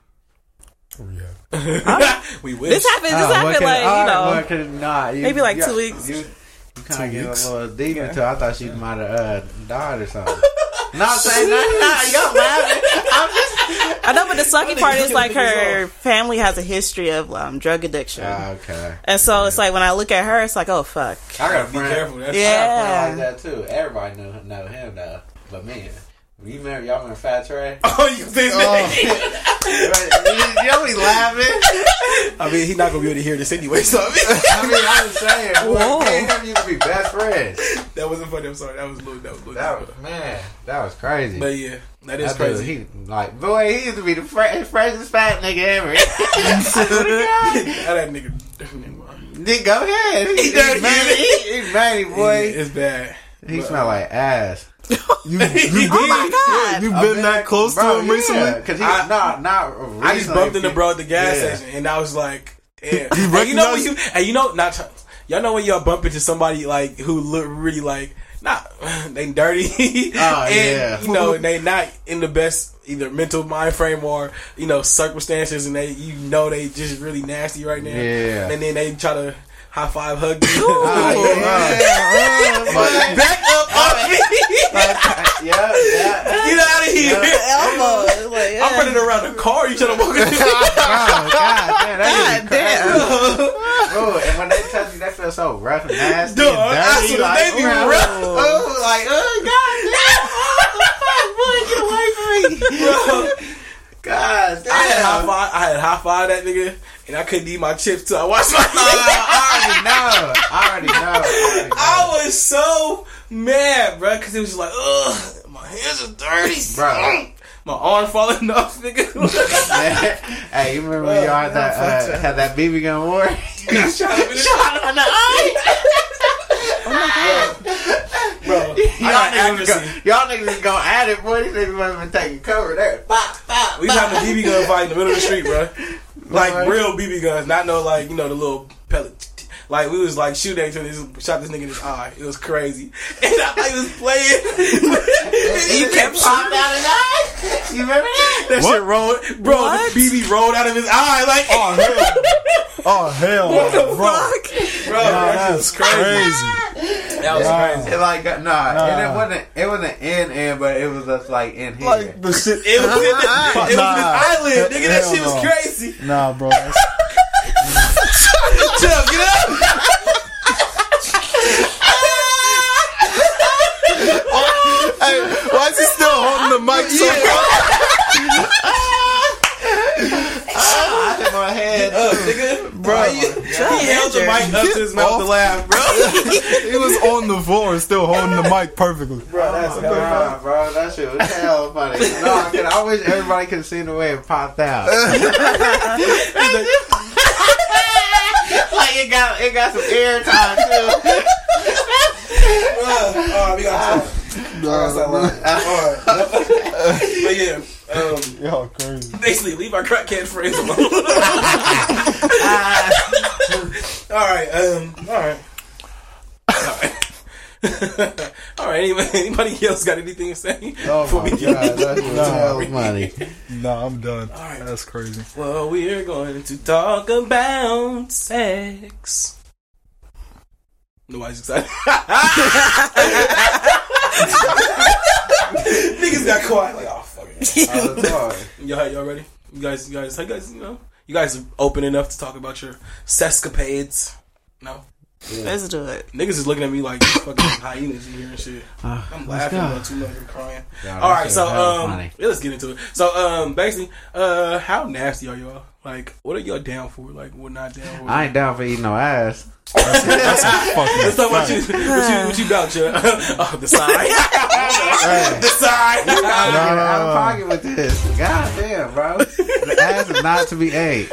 S3: rehab.
S1: we wish.
S4: This happened. This
S2: Oh, what
S4: happened
S2: could- all
S4: like you
S2: right,
S4: know.
S2: what could- nah, you-
S4: maybe like
S2: yeah,
S4: two weeks.
S2: You, kind of
S3: Two
S2: get a
S3: weeks?
S2: little deep into. it. I thought she might have uh, died or something. no, I'm saying nah, nah, y'all laughing. I'm just.
S4: I know, but the sucky
S1: nigga
S4: part
S1: looking
S4: is like
S1: at niggas
S4: her family has a history of um, drug addiction,
S2: Ah, okay.
S4: and so it's like when I look at her, it's like, oh fuck.
S2: I got a
S1: Be
S2: friend.
S1: careful. That's
S2: I
S4: Yeah.
S2: got a friend like that too. Everybody know know him though, but me. You remember y'all remember Fat Trey?
S1: Oh, you think that?
S2: Right, y'all be laughing.
S1: I mean, he's not gonna be able to hear this anyway. So I mean,
S2: I mean, I'm just saying, boy, me and him used to be best friends.
S1: that wasn't funny. I'm sorry. That was little. That was little.
S2: That was man, that was crazy.
S1: but yeah, that is
S2: That dude,
S1: crazy.
S2: He, like, boy, he used to be the fr- freshest fat nigga ever. I swear to God.
S1: that nigga. Never mind.
S2: Nigga, go ahead. He, he,
S1: dirty,
S2: manly, he, he manly, boy.
S1: it's bad.
S2: He smell like ass.
S3: You, you
S4: Oh my god!
S3: You've been that close to him recently?
S2: Because
S1: I-
S2: he, nah, not recently.
S1: I just bumped into bro at the gas
S2: Yeah.
S1: station, and I was like, "Damn."
S3: You
S1: and you know when
S3: recognize-
S1: you and you know not try- y'all know when y'all bump into somebody like who look really like not they dirty,
S2: Oh,
S1: and
S2: yeah.
S1: you know and they not in the best either mental mind frame or you know circumstances, and they you know they just really nasty right now,
S2: Yeah.
S1: and then they try to high five hug you.
S2: Oh, Ah, yeah. But-
S1: Back up off me!
S2: yeah, yeah.
S1: Get out of here!
S4: Oh, Elbow, like, yeah.
S1: I'm running around the car. You trying to walk into
S2: Oh, God damn. That
S4: God
S2: nigga
S4: damn!
S2: Oh, and when they touch you, that feels so rough and nasty.
S1: Dude,
S2: and dirty,
S1: that's what
S2: like,
S1: they be
S2: ooh,
S1: rough.
S2: ooh, like, oh, God. God damn.
S1: I had high five. I had high five that nigga, and I couldn't eat my chips till I watched my.
S2: I already know. I already know. I
S1: I was so mad, bro, because it was like, ugh, my hands are dirty,
S2: Bruh.
S1: My arm falling off, nigga.
S2: already know. hey, you remember when y'all had that, uh, had that BB gun war?
S1: Shot him in the-
S2: on the eye.
S1: bro. I
S2: Y'all
S1: got
S2: niggas, was
S1: accuracy.
S2: go, y'all niggas was going at it, boy. These niggas must have been taking cover there. Bop, bop,
S1: We was having a BB gun fight in the middle of the street, bro. Like
S2: Right.
S1: real BB guns, not no like you know the little pellet. Like we was like shooting each other, just shot this nigga in his eye. It was crazy, and I thought he was playing. and he kept
S2: Popped out
S1: shooting.
S2: his eye. You remember that?
S1: That shit rolled, bro.
S4: What?
S1: The BB rolled out of his eye, like
S3: Oh hell! Oh hell!
S1: what the
S3: bro.
S1: fuck, bro?
S3: Nah,
S1: that shit was
S3: that's
S1: crazy.
S3: crazy.
S1: That was
S3: Wow.
S1: crazy.
S2: It like got- nah, nah. and
S3: Nah.
S2: it wasn't it wasn't in in, but it was just like in here.
S3: Like the shit.
S1: It was in the, it was in his
S3: Nah.
S1: eyelid, nigga. That
S3: Hell
S1: shit was
S3: no.
S1: crazy.
S3: Nah, bro. That's,
S1: Chill, get up.
S3: hey, why is he still holding the mic? So
S2: I hit my head.
S3: Oh,
S1: Up, nigga. Bro, he, he held the mic up to his
S3: Get
S1: mouth to
S3: off.
S1: laugh, bro.
S3: He was on the floor, still holding the mic perfectly.
S1: Bro,
S2: That's Oh God, bro. That shit was hell funny. No, I, could, I wish everybody could have seen the way it popped out. like it got it got some air time too.
S1: All right, Uh, we gotta talk. All right. but yeah, um,
S3: Y'all crazy.
S1: basically leave our crackhead friends alone.
S2: Oh
S1: all right, um, all right. All right. All right. Anyway, anybody else got anything to say?
S2: Oh my
S1: we get-
S2: god, that shit was
S3: Nah.
S2: hell funny.
S3: Nah, I'm done.
S1: right.
S3: That's crazy.
S1: Well, we're going to talk about sex. Nobody's excited. Niggas got quiet. Like, oh fuck. it.
S2: I was sorry.
S1: Y'all, y'all ready? You guys, you guys, how you guys, you know, you guys are open enough to talk about your sescapades? No,
S4: Let's do it.
S1: niggas is looking at me like fucking hyenas in here and shit. I'm laughing
S2: Uh, go.
S1: about too much and crying.
S2: Yeah,
S1: All
S2: that
S1: right,
S2: shit
S1: so
S2: was hella
S1: um,
S2: funny.
S1: yeah, let's get into it. So um, basically, uh, how nasty are y'all? Like, what are y'all down for? Like, we're not down for.
S2: I ain't down for eating no ass.
S3: That's a fucking
S1: Let's talk about
S3: fact.
S1: you. What you, what you about your oh, the side, the side.
S2: I'm
S3: no, no,
S2: out
S3: no.
S2: of pocket with this. God damn, bro. The ass is not to be ate.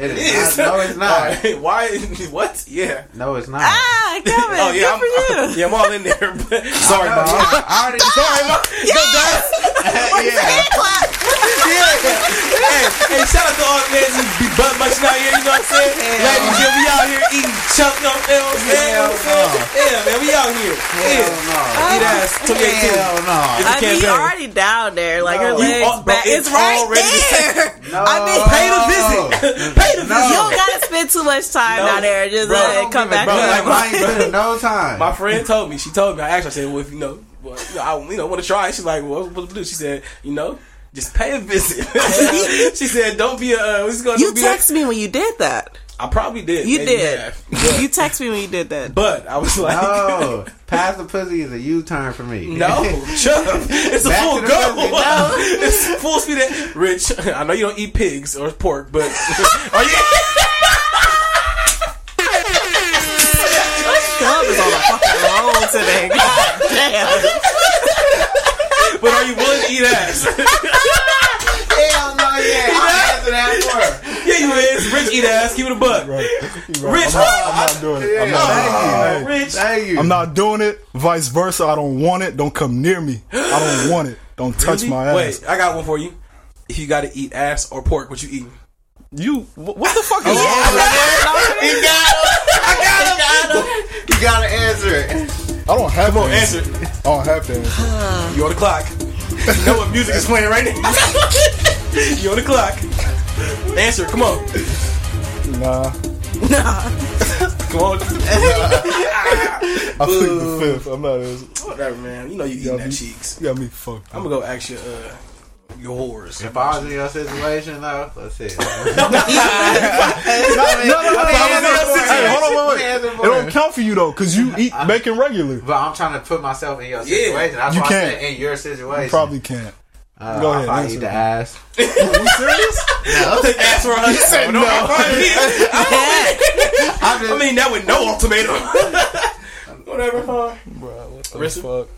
S2: It
S1: It is.
S2: is. Not, no, it's not.
S1: Why? why- What? Yeah.
S2: No, it's not.
S4: Ah, Kevin,
S1: Oh yeah,
S4: good for you.
S1: I'm, I'm, yeah, I'm all in there. but- Sorry, mom.
S2: No, I I already sorry. yeah.
S1: hey, hey, shout out to all the fans who be butt munching out here, you know what I'm saying? Ladies, yeah, we out here eating chunk, you know what I'm saying? You know what I'm saying? Yeah, man, we out here.
S2: Hell
S1: Yeah.
S2: no.
S1: Eat ass, 282.
S2: Hell no.
S1: It's-
S4: Oh, I mean,
S1: Campaign.
S4: you already down there. Like her
S2: No.
S1: You
S4: legs
S1: are- bro,
S4: back.
S1: it's
S4: It's, right
S1: already
S4: there.
S2: No.
S4: I mean,
S1: Pay the visit. Pay the
S2: No.
S1: visit.
S4: You don't gotta spend too much time
S1: No.
S4: down there. Just
S1: Bro, I
S4: let
S1: don't
S4: it come
S2: Bro,
S4: back.
S1: bro,
S4: up.
S2: like, I ain't been in no time.
S1: My friend told me. She told me. I asked her. I said, "Well, if you know, well, you know, I you know want to try." it." She's like, "Well, what to do?" She said, "You know, just pay a visit." she said, "Don't be a uh, what's it called?
S4: you
S1: Don't be a-"
S4: text me when you did that.
S1: I probably did.
S4: You
S1: maybe
S4: did.
S1: half. But,
S4: You text me when you did that.
S1: but I was like,
S2: no. Pass the pussy is a U turn for me.
S1: No, Chubb. It's a
S2: Back
S1: full
S2: to the
S1: go.
S2: pussy, no.
S1: it's full speed. At, Rich, I know you don't eat pigs or pork, but are you?
S4: Club is on a fucking roll today. God damn.
S1: But are you willing to eat ass?
S2: Hell no, yeah. I'm answering that for her.
S1: yeah, you is. Rich eat ass. Keep it a buck.
S3: Right. Right.
S1: Rich,
S3: I'm not, I'm not doing it. I'm
S2: Yeah,
S3: not,
S2: thank
S3: Hey,
S2: you.
S1: Rich.
S2: Thank you.
S3: I'm not doing it. Vice versa. I don't want it. Don't come near me. I don't want it. Don't touch
S1: Really?
S3: my ass.
S1: Wait, I got one for you. If you got to eat ass or pork, what you eating?
S3: You. wh- What the fuck is
S2: You got him. You gotta answer it.
S3: I don't have to
S1: Answer.
S3: I don't have to answer.
S1: You on the clock. You know what music is playing right now. you on the clock. Answer. Come on.
S3: Nah.
S1: Come on.
S3: I plead the fifth. I'm not answering.
S1: Whatever, man. You know you eating
S3: Y'all
S1: that
S3: be-
S1: cheeks.
S3: You got me fucked.
S1: I'm
S3: up.
S1: gonna go ask your uh, your whores.
S2: If I was in your situation, though, let's see. no, no, no,
S3: Hey, hold on, wait, wait.
S2: Answer
S3: It
S2: for
S3: don't
S2: her.
S3: count for you though, cause you eat bacon regularly.
S2: But I'm trying to put myself in your
S1: Yeah.
S2: situation. That's
S3: You
S2: why I
S3: can't.
S2: said in your situation.
S3: Probably can't.
S2: Uh,
S3: Go
S2: Go ahead.
S3: ahead,
S2: I probably
S3: answer
S2: eat the
S3: that.
S2: ass.
S1: you serious? No. I'll take ass for a hundred. No.
S2: I just,
S1: I mean that with no ultimatum. Whatever. huh?
S3: Bro, what the
S1: Risky.
S3: fuck?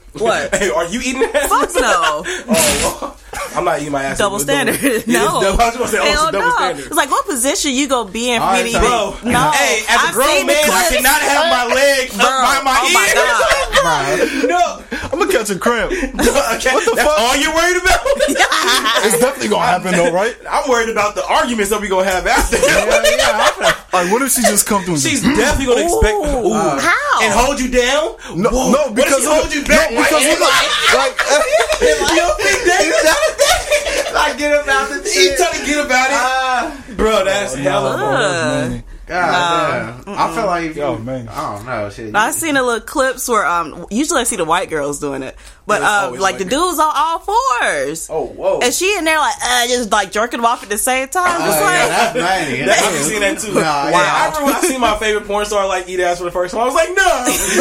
S4: What?
S1: Hey, are you eating ass?
S4: Fuck no.
S1: Oh, I'm not eating my ass.
S4: Double
S1: It's double-
S4: standard.
S1: It is
S4: No.
S1: double- I was gonna say, oh, it's
S4: Hell
S1: double
S4: no.
S1: standard.
S4: It's like what position you gonna be in for
S2: All
S4: me
S2: right,
S4: to even
S1: Bro,
S4: No.
S1: hey, as a
S4: I've
S1: grown
S4: seen the
S1: man, I
S4: clips.
S1: cannot have my leg up
S4: Bro,
S1: by my
S4: oh my
S1: ear.
S4: God.
S1: no,
S3: I'm gonna catch a cramp. It's
S1: okay, what the that's
S3: fuck?
S1: all you're worried about.
S3: definitely gonna happen though, right?
S1: I'm worried about the arguments that we gonna have after.
S2: hell yeah, I'm finna-
S3: Like, what if she just comes through? and
S1: She's
S3: just-
S1: definitely gonna expect Ooh.
S4: Ooh. How?
S1: and hold you down.
S3: no,
S1: Whoa,
S3: no,
S1: what if
S3: because
S1: she
S3: of
S1: hold
S3: the-
S1: you back?
S3: no, because of the-
S2: like, eh,
S1: you don't think that?
S2: like, get up out the
S1: She
S2: shit.
S1: trying to get about it,
S2: Ah,
S1: bro. That's hella.
S3: Oh, that's money.
S2: God damn. I feel like if you,
S3: Yo, man.
S2: I don't know. Shit,
S4: I've seen the little clips where um usually I see the white girls doing it, but
S1: Yeah, it's
S4: um
S1: always
S4: like
S1: white
S4: the
S1: girls.
S4: dudes on all fours.
S1: Oh, whoa.
S4: And she in there like uh, just like jerking them off at the same time.
S2: Oh,
S4: It's
S2: yeah,
S4: like
S2: that's manny.
S1: That, I've seen that too.
S2: Nah,
S1: wow.
S2: yeah.
S1: I remember when I seen my favorite porn star like eat ass for the first time. I was like, no.
S2: Yeah,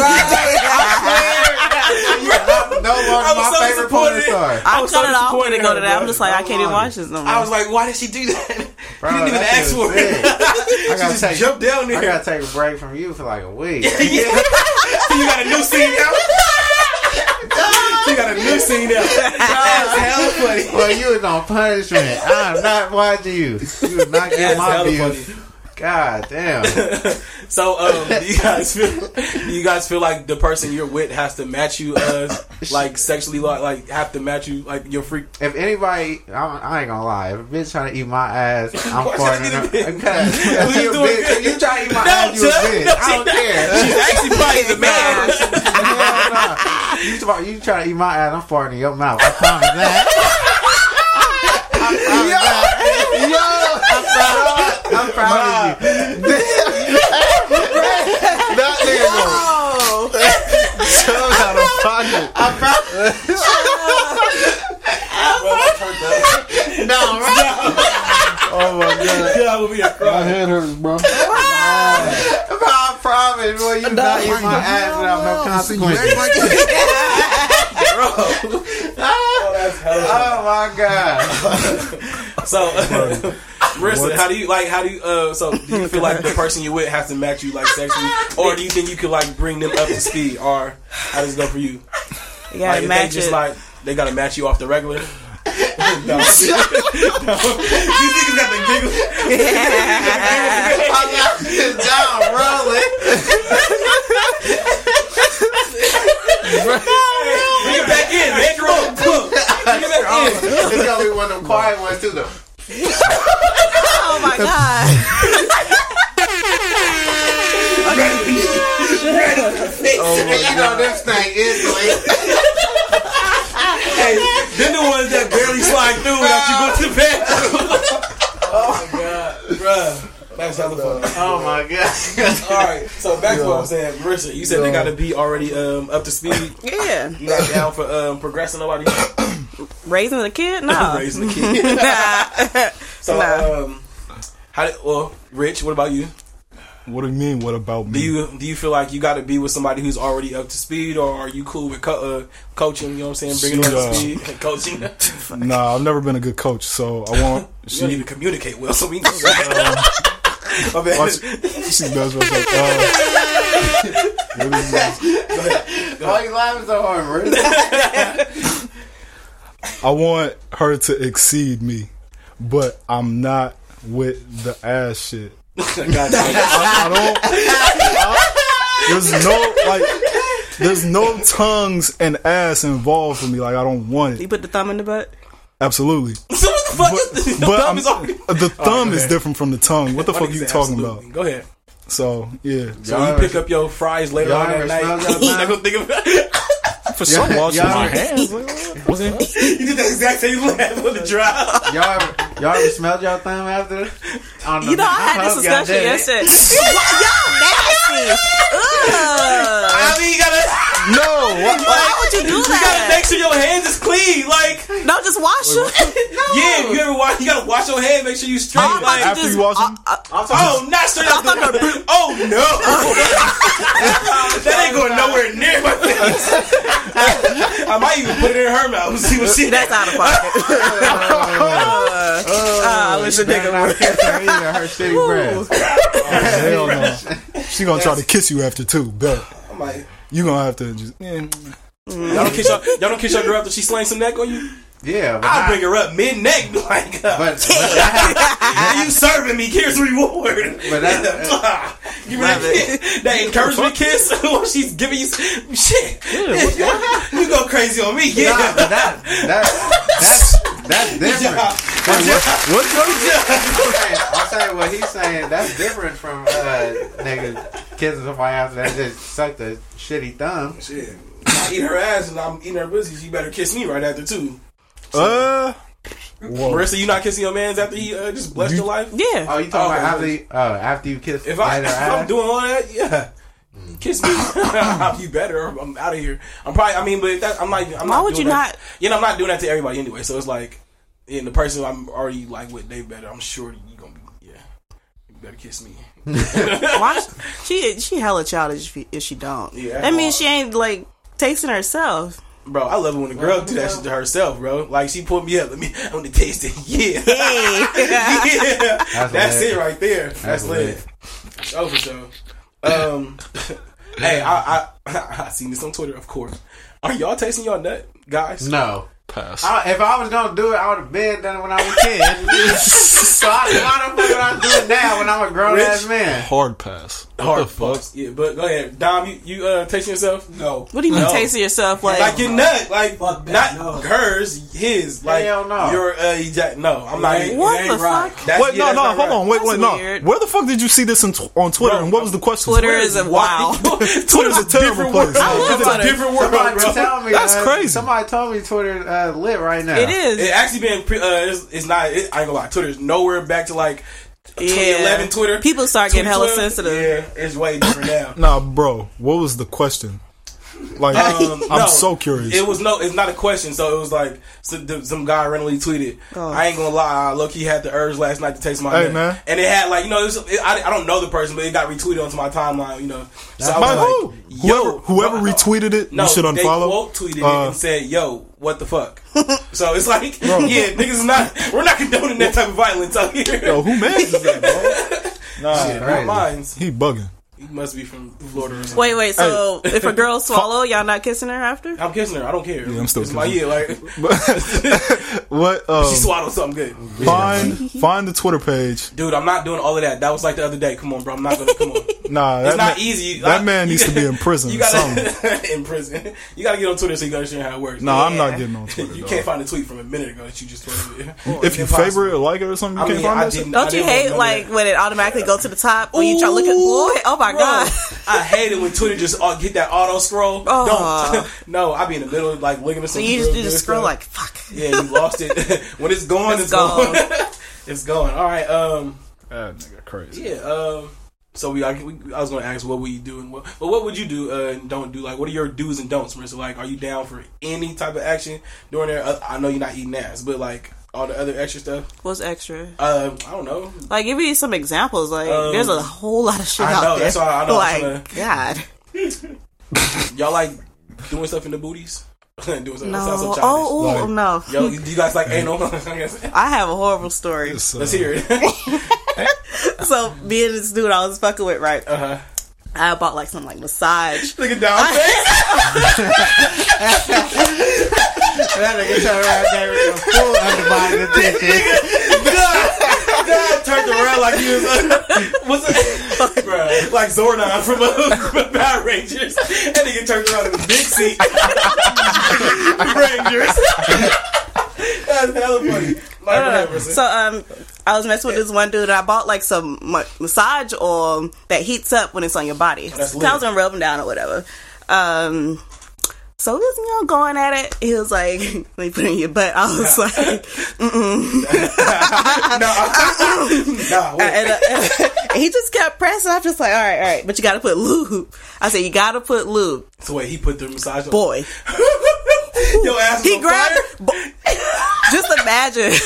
S2: no one
S1: I
S2: of
S1: was
S2: my
S1: so
S2: favorite porn
S1: disappointed.
S2: star.
S1: I
S4: I,
S1: was
S4: cut
S1: so
S4: it off when
S1: disappointed
S4: it
S1: in her,
S4: go to that.
S1: bro.
S4: I'm just like I can't
S2: on.
S4: even watch this no more.
S1: I was like, why did she do that?
S2: Bro,
S1: he didn't even
S2: that
S1: ask
S2: shit
S1: for
S2: was sick.
S1: it.
S2: I gotta
S1: just
S2: take,
S1: jumped down there.
S2: I gotta take a break from you for like a week.
S1: yeah. you got a new scene now. you got a new scene now. That's hella funny.
S2: well, you was on punishment. I'm not watching you. You was not
S1: That's
S2: getting my
S1: hella
S2: views.
S1: funny.
S2: God damn.
S1: So, um, do you guys feel? Do you guys feel like the person you're with has to match you, uh, like sexually, like, like have to match you, like your freak?
S2: If anybody, I, I ain't gonna lie. If a bitch trying to eat my ass, I'm
S1: Why
S2: farting.
S1: should I
S2: her.
S1: need a bitch?
S2: Because if
S1: Please
S2: you a
S1: do it
S2: bitch,
S1: good.
S2: if you try to eat my
S1: No,
S2: ass, you a
S1: Chuck.
S2: bitch.
S1: No,
S2: I don't
S1: she's not.
S2: care.
S1: She's actually probably the man.
S2: Hell no. You try- You try to eat my ass, I'm farting in your mouth. I promise that. I promise that. Yo, I'm proud. I'm proud of you. That nigga gonna
S4: oh,
S2: choke out of pocket. I'm proud. No, right? Oh my god.
S1: Yeah, I would be a
S3: My head hurts, bro.
S2: I promise, boy, you not eat my ass without no consequences.
S1: bro.
S2: Oh my god!
S1: So, Marissa, how do you like? How do you? Uh, so, do you feel like the person you with has to match you like sexually, or do you think you could like bring them up to speed, or how does it go for you? Like,
S4: you gotta
S1: if
S4: match
S1: they just
S4: it.
S1: like they gotta match you off the regular. no, see, no. You niggas got the giggle.
S2: I'm not just down rolling.
S1: Bring it back in, man. Come on, come on. Bring it
S2: Oh.
S1: back in.
S2: It's gonna be one of them quiet ones too, though.
S4: oh my god!
S2: you know this thing is like
S1: Hey, then the ones that barely slide through without you going to the bathroom. oh my god, bruh. That's hella funny.
S2: Oh my god!
S1: All right, so back to what I'm saying, Marissa. You said they got to be already um, up to speed,
S4: Yeah,
S1: not down for um, progressing. Nobody
S4: raising the kid. No,
S1: raising the kid. So, um, how? Did, well, Rich, what about you?
S3: What do you mean? What about me?
S1: Do you do you feel like you got to be with somebody who's already up to speed, or are you cool with co- uh, coaching? You know what I'm saying, bringing them up to
S3: Shoot,
S1: speed, coaching. uh,
S3: nah, I've never been a good coach, so I want.
S1: You don't
S3: She,
S1: even communicate well, so we. Can My bad.
S3: Um, watch, she does what's like. Uh, what is this?
S2: Why you laughing so hard, Marissa?
S3: I want her to exceed me, but I'm not with the ass shit. I, I don't. I- there's no like. There's no tongues and ass involved for me. Like I don't want
S4: you
S3: it.
S4: put the thumb in the butt.
S3: Absolutely.
S1: So what the fuck is this? The
S3: But
S1: thumb
S3: I'm-
S1: is already.
S3: the thumb is
S1: ahead.
S3: different from the tongue. What the fuck are you talking
S1: Absolutely.
S3: about?
S1: Go ahead.
S3: So yeah,
S1: So
S2: Y'all
S1: you pick
S2: ever-
S1: up your fries later
S2: y'all
S1: on that
S2: ever
S1: night.
S2: smell that
S1: You're not gonna think about
S3: for sure,
S2: y'all-
S3: washing
S2: y'all-
S3: my hands. Like, was it?
S1: You did the exact same laugh on the drive.
S2: Y'all ever, y'all ever smelled y'all thumb after? I don't
S4: You know, I had
S2: hope
S4: this
S2: y'all
S4: discussion
S2: did it.
S4: yesterday. Y'all nasty. Ugh.
S1: I mean, you gotta,
S3: No. What?
S4: Why would you do
S1: you gotta
S4: that?
S1: make sure your hands is clean. Like,
S4: No, just wash it.
S1: yeah, you ever wash? You gotta wash your hand. Make sure you straight.
S4: I'm
S1: Like,
S4: about to
S3: After
S4: just-
S3: you wash them,
S2: I'm talking
S1: oh, not straight out the. Oh no, that ain't going nowhere near my face. I might even put it in her mouth. want to see what she.
S4: That's out of pocket. uh, uh,
S2: It's a Oh, nigga not kissing either. Her shitty breath.
S3: Hell no. She gonna try to kiss you after two, bet.
S1: I'm like,
S3: You gonna have to just eh,
S1: y'all don't kiss your, y'all don't kiss your girl after she slings some neck on you.
S2: Yeah, but
S1: I
S2: not,
S1: bring her up mid neck, like, uh,
S2: but, but that,
S1: you serving me? Here's reward.
S2: But that-
S1: Give me that, that encouragement kiss while she's giving you s- shit. you go crazy on me, yeah.
S2: nah, but that, that, that's that's different.
S1: What's
S2: I'm saying, I'm saying what he's saying. That's different from uh, niggas kissing somebody after that just sucked a shitty thumb.
S1: Shit. I eat her ass and I'm eating her pussy. She better kiss me right after too.
S3: uh whoa.
S1: Marissa, you not kissing your man's after he uh, just blessed your life?
S2: Oh,
S4: yeah.
S2: you talking
S1: Oh,
S2: about after you, oh, after you kiss
S1: If, I,
S2: later
S1: if I'm
S2: ass?
S1: doing all that, yeah. Kiss me. you better. I'm, I'm out of here. I'm probably. I mean, but that, I'm not. even- I'm
S4: Why
S1: not
S4: would
S1: doing
S4: you
S1: that-
S4: not-
S1: You know, I'm not doing that to everybody anyway. So it's like, and the person I'm already like with, they better. I'm sure you gonna be. Yeah, you better kiss me.
S4: Why she she hella childish if, if she don't.
S1: Yeah.
S4: that means she ain't like tasting herself.
S1: Bro, I love it when a girl do that shit to herself, bro. Like she pulled me up. Let me. I'm gonna taste it. Yeah.
S4: Hey.
S1: yeah. That's,
S2: That's lit.
S1: it right there. That's, lit. Oh, for sure. Um, hey, I, I I seen this on Twitter, of course. Are y'all tasting y'all nut, guys?
S2: no.
S3: Pass.
S2: I, if I was gonna do it, I would have been done it when I was a kid. so I, why the fuck would I do it now when I'm a grown ass
S1: Rich.
S2: man?
S3: Hard pass. What
S1: Hard
S3: the fuck?
S1: fucks. Yeah, but go ahead, Dom. You, you uh, tasting yourself? No.
S4: What do you mean
S1: No.
S4: tasting yourself? Like,
S1: Like your nut, like
S5: Fuck
S1: not
S5: that, no.
S1: hers, his. Like
S2: Hell no.
S1: your uh, ejac- no. I'm not. even-
S4: what
S5: ain't
S4: the
S5: right.
S4: fuck?
S1: That's-
S3: Wait,
S1: yeah,
S3: no,
S1: that's
S3: no,
S1: not
S3: hold
S1: right.
S3: on, wait,
S4: That's
S3: wait, no.
S4: weird.
S3: Where the fuck did you see this on, tw- on Twitter,
S1: Bro,
S3: and what was the question?
S4: Twitter is a wow.
S3: Twitter's a terrible
S1: different world.
S3: place.
S4: I love
S1: It's a
S4: Twitter.
S1: different world,
S2: Somebody
S1: bro.
S2: tell me
S3: That's
S2: uh,
S3: crazy.
S2: Somebody told me Twitter uh, lit right now.
S4: It is.
S1: It actually been pre- uh, it's, it's not. It, I ain't gonna lie. Twitter's nowhere back to like 2011 Twitter.
S4: People start getting hella
S1: 2012.
S4: sensitive.
S1: Yeah, it's way different now.
S3: Nah, bro, what was the question? Like,
S1: Um,
S3: I'm
S1: no,
S3: so curious.
S1: It was no, it's not a question. So it was like some, the- some guy randomly tweeted.
S4: Oh.
S1: I ain't gonna lie, look, he had the urge last night to taste my.
S3: Hey,
S1: nut."
S3: man.
S1: and it had like you know, it was, it, I, I don't know the person, but it got retweeted onto my timeline. You know, so I
S3: By
S1: was
S3: who?
S1: like,
S3: Whoever,
S1: yo,
S3: whoever
S1: no,
S3: retweeted it,
S1: No,
S3: you should
S1: they
S3: unfollow.
S1: quote tweeted it
S3: Uh,
S1: and said, "Yo, what the fuck?" so it's like, yeah, niggas is not. We're not condoning that type of violence out here.
S3: Yo, who man is that, bro?
S1: Shit, not
S2: Crazy.
S1: mine.
S3: He bugging.
S1: He must be from Florida or something.
S4: Wait, wait. So if a girl swallow, y'all not kissing her after?
S1: I'm kissing her. I don't care.
S3: Yeah, I'm still
S1: it's my yeah.
S3: kissing
S1: Like
S3: What? Um,
S1: she swallowed something good.
S3: find find the Twitter page.
S1: Dude, I'm not doing all of that. That was like the other day. Come on, bro. I'm not gonna come on.
S3: Nah,
S1: It's
S3: that
S1: not
S3: man,
S1: easy.
S3: That
S1: I-
S3: man needs to be in prison.
S1: You
S3: or something.
S1: gotta in prison. You gotta get on Twitter so you can understand how it works.
S3: Nah, I'm
S4: Yeah.
S3: not getting on Twitter.
S1: you
S3: dog.
S1: can't find a tweet from a minute ago that you just posted.
S3: if you
S1: Impossible.
S3: favorite or like it or something, you
S1: I
S3: can't
S1: mean,
S3: find
S1: I
S3: that shit?
S1: didn't. I
S4: Don't you
S1: didn't
S4: hate
S1: know
S4: like
S1: that.
S4: when it automatically go to the top when you try to look at
S1: Ooh,
S4: boy? Oh my
S1: bro.
S4: god!
S1: I hate it when Twitter just uh, hit that auto scroll.
S4: Oh.
S1: Don't. no, I be in the middle of like looking at
S4: So
S1: something.
S4: you just,
S1: real
S4: you just
S1: good
S4: scroll
S1: stuff.
S4: like fuck.
S1: Yeah, you lost it. when it's gone, it's,
S4: It's
S1: gone.
S4: gone.
S1: it's gone. All right. Um.
S3: That nigga crazy.
S1: Yeah. Um. So we, I, we, I was going to ask what would you do and what, but what would you do uh, and don't do? Like, what are your do's and don'ts, Marissa? Like, are you down for any type of action during there? Uh, I know you're not eating ass, but like all the other extra stuff.
S4: What's extra?
S1: Uh, I don't know.
S4: Like give me some examples. Like
S1: Um,
S4: there's a whole lot of shit
S1: I
S4: out
S1: know,
S4: there.
S1: that's why I know, I'm
S4: Like God.
S1: Y'all like doing stuff in the booties? doing stuff.
S4: No.
S1: That sounds so childish.
S4: oh, ooh,
S3: Like-
S4: no.
S1: Yo, you you guys like anal? Let's
S4: I have a horrible story.
S3: It's, uh,
S1: hear it.
S4: So me and this dude I was fucking with, right?
S1: Uh-huh.
S4: I bought like some like massage.
S1: Look at Dom.
S2: That nigga turned around and gave me a full undivided attention.
S1: Dom turned around like he was. what's that? Bruh, like Zordon from, uh, from Power Rangers. That nigga turned around in the big seat. Rangers. That's hella funny. Like, whatever.
S4: So um, I was messing with this one dude, and I bought like some ma- massage oil that heats up when it's on your body.
S1: Oh, that's
S4: So I
S1: lit.
S4: was gonna rub him down or whatever. Um, so this you know going at it, he was like, "Let me put it in your butt." I was like,
S1: nah, wait.
S4: and, uh, and he just kept pressing. I'm just like, "All right, all right," but you gotta put lube. I said, "You gotta put lube,
S1: So wait, he put the massage on.
S4: boy."
S1: Your ass was
S4: He
S1: on
S4: grabbed.
S1: fire?
S4: bo- Just imagine
S1: Like,
S4: a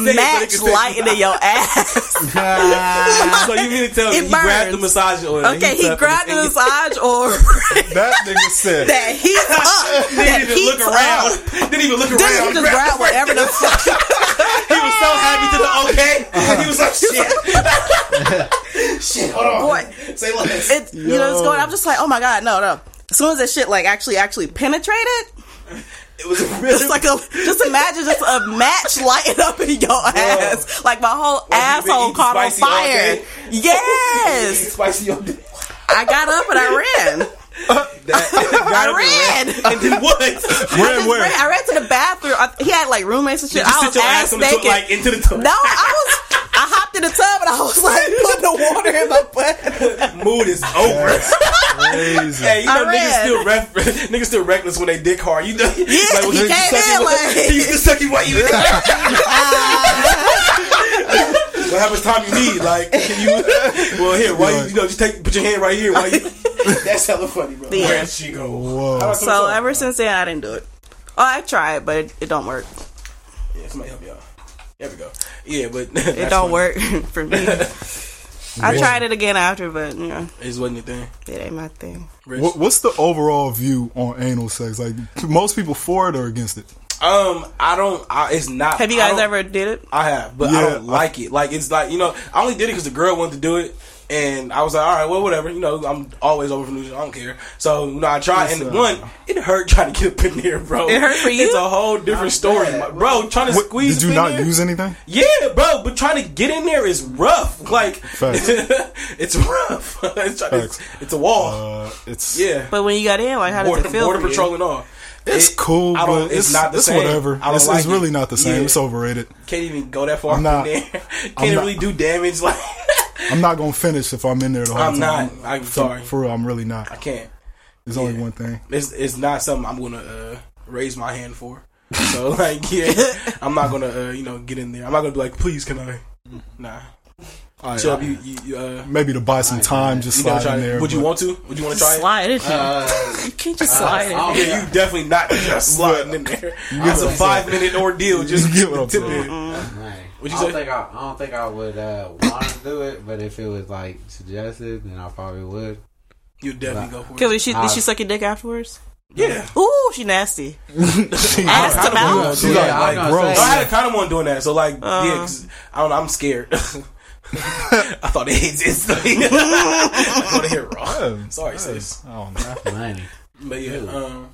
S1: niggas, niggas,
S4: match
S1: niggas.
S4: lighting in your ass.
S1: so you mean to tell me
S4: It
S1: he grabbed the
S4: burns.
S1: massage oil? and
S4: Okay,
S1: heat
S4: he
S1: up
S4: grabbed the
S1: and-
S4: massage or
S3: That nigga said.
S4: that heat up.
S1: Didn't
S4: that
S1: even look
S4: heats
S1: around.
S4: Up.
S1: Didn't even look
S4: Then
S1: around.
S4: he just grab whatever the fuck.
S1: He was so happy to the okay. Ah! He was like, shit. shit, hold on.
S4: Boy,
S1: Say less.
S4: it, you know, it's going. I'm just like, oh my god, no, no. As soon as that shit like actually actually penetrated,
S1: It was really
S4: It's like a just imagine just a match lighting up in your ass. Like my whole asshole
S1: eating
S4: caught on
S1: spicy all
S4: fire.
S1: day?
S4: Yes.
S1: spicy on dick.
S4: I got up and I ran. I ran.
S1: And then what? Did
S3: Where
S4: Just
S3: and where?
S4: ran. I ran to the bathroom. I, he had like roommates and shit.
S1: you
S4: I
S1: sit
S4: was
S1: your
S4: ass,
S1: ass on the
S4: naked.
S1: toilet, like into the toilet?
S4: no, I was I hopped in the tub and I was like putting the water in my butt.
S1: Mood is over.
S3: Crazy.
S1: Hey, you know,
S4: I
S1: niggas
S4: ran.
S1: still, ref- niggas still reckless when they dick hard. You know, yeah,
S4: he came in like-
S1: he's the sucky what you Well, how much time you need? Like, can you? Well, here, why you? You know, just take put your hand right here. Why you? That's hella funny, bro.
S4: Yeah.
S1: Where'd she go?
S3: Whoa.
S1: How about
S4: So
S1: some-
S4: ever since then I didn't do it. Oh, I tried, but it, it don't work.
S1: yeah, somebody help me out. There we go. Yeah, but it
S4: It don't work for me. I tried it again after, but you know,
S1: It just wasn't your thing.
S4: it ain't my thing.
S1: Rich.
S3: What, what's the overall view on anal sex? Like, most people for it or against it?
S1: Um, I don't. I, it's not.
S4: Have you
S1: I
S4: guys
S1: don't-
S4: ever did it?
S1: I have, but I
S3: Yeah,
S1: don't like it. Like it's like you know, I only did it because the girl wanted to do it, and I was like, all right, well, whatever. You know, I'm always over for news. I don't care. So you know, I tried, and
S2: Listen.
S1: one, it hurt trying to get up in there, bro.
S4: It hurt for you?
S1: It's a whole different story,
S2: bad.
S1: bro. Trying to
S3: What-
S1: squeeze.
S3: did you
S1: up in
S3: not
S1: there?
S3: use anything?
S1: Yeah, bro. But trying to get in there is rough. Like
S3: Facts.
S1: it's rough. it's, try- it's,
S3: Facts.
S1: it's a wall.
S3: Uh, it's
S1: yeah,
S4: But when you got in, like, how did
S1: border,
S4: it feel?
S1: border
S4: for you?
S1: patrol and all.
S3: It's
S1: It-
S3: cool,
S1: I
S3: but
S1: don't-
S3: it's, not the same. whatever.
S1: I don't
S3: it's it's
S1: like
S3: really
S1: it.
S3: not the same.
S1: Yeah.
S3: It's overrated.
S1: Can't even go that far
S3: I'm not-
S1: in there. Can't
S3: I'm not-
S1: really do damage. Like
S3: I'm not gonna finish if I'm in there the whole
S1: I'm
S3: time.
S1: not. I'm
S3: For-
S1: sorry.
S3: For real, I'm really not.
S1: I can't.
S3: There's only one thing.
S1: It's it's not something I'm gonna uh, raise my hand for. So like yeah, I'm not gonna uh, you know get in there. I'm not gonna be like, please can I? Nah. Chubb, you you, you, uh,
S3: Maybe to buy some time, just
S1: you never
S3: slide
S1: try
S3: in
S1: it.
S3: there.
S1: Would you
S3: but-
S1: want to? Would you want to try
S4: Just
S1: it? Uh,
S4: slide it. you can't just slide
S2: I
S4: it.
S2: don't-
S1: Yeah, you definitely not just sliding in there. It's a
S2: what I'm
S1: five minute ordeal. Just
S3: You get what I'm
S1: tip
S3: saying.
S1: in.
S2: Man,
S1: What'd you
S2: I don't
S1: say?
S2: think I, I don't think I would uh, want to do it, but if it was like suggested, then I probably would.
S1: You definitely go for it.
S4: Cause did she, did she suck your dick afterwards?
S1: Yeah.
S4: Ooh, she nasty.
S3: She-
S4: Ass to mouth.
S1: She's
S2: Yeah,
S1: like,
S2: I'm
S1: like,
S2: gonna
S1: gross.
S2: say-
S1: I had a kind of one doing that, so like,
S4: Uh-huh.
S1: yeah, 'cause I don't know, I'm scared. I thought it hits instantly. I thought it hit raw.
S3: Yeah.
S1: Sorry, sis.
S3: I don't know.
S2: Money.
S1: But yeah, um,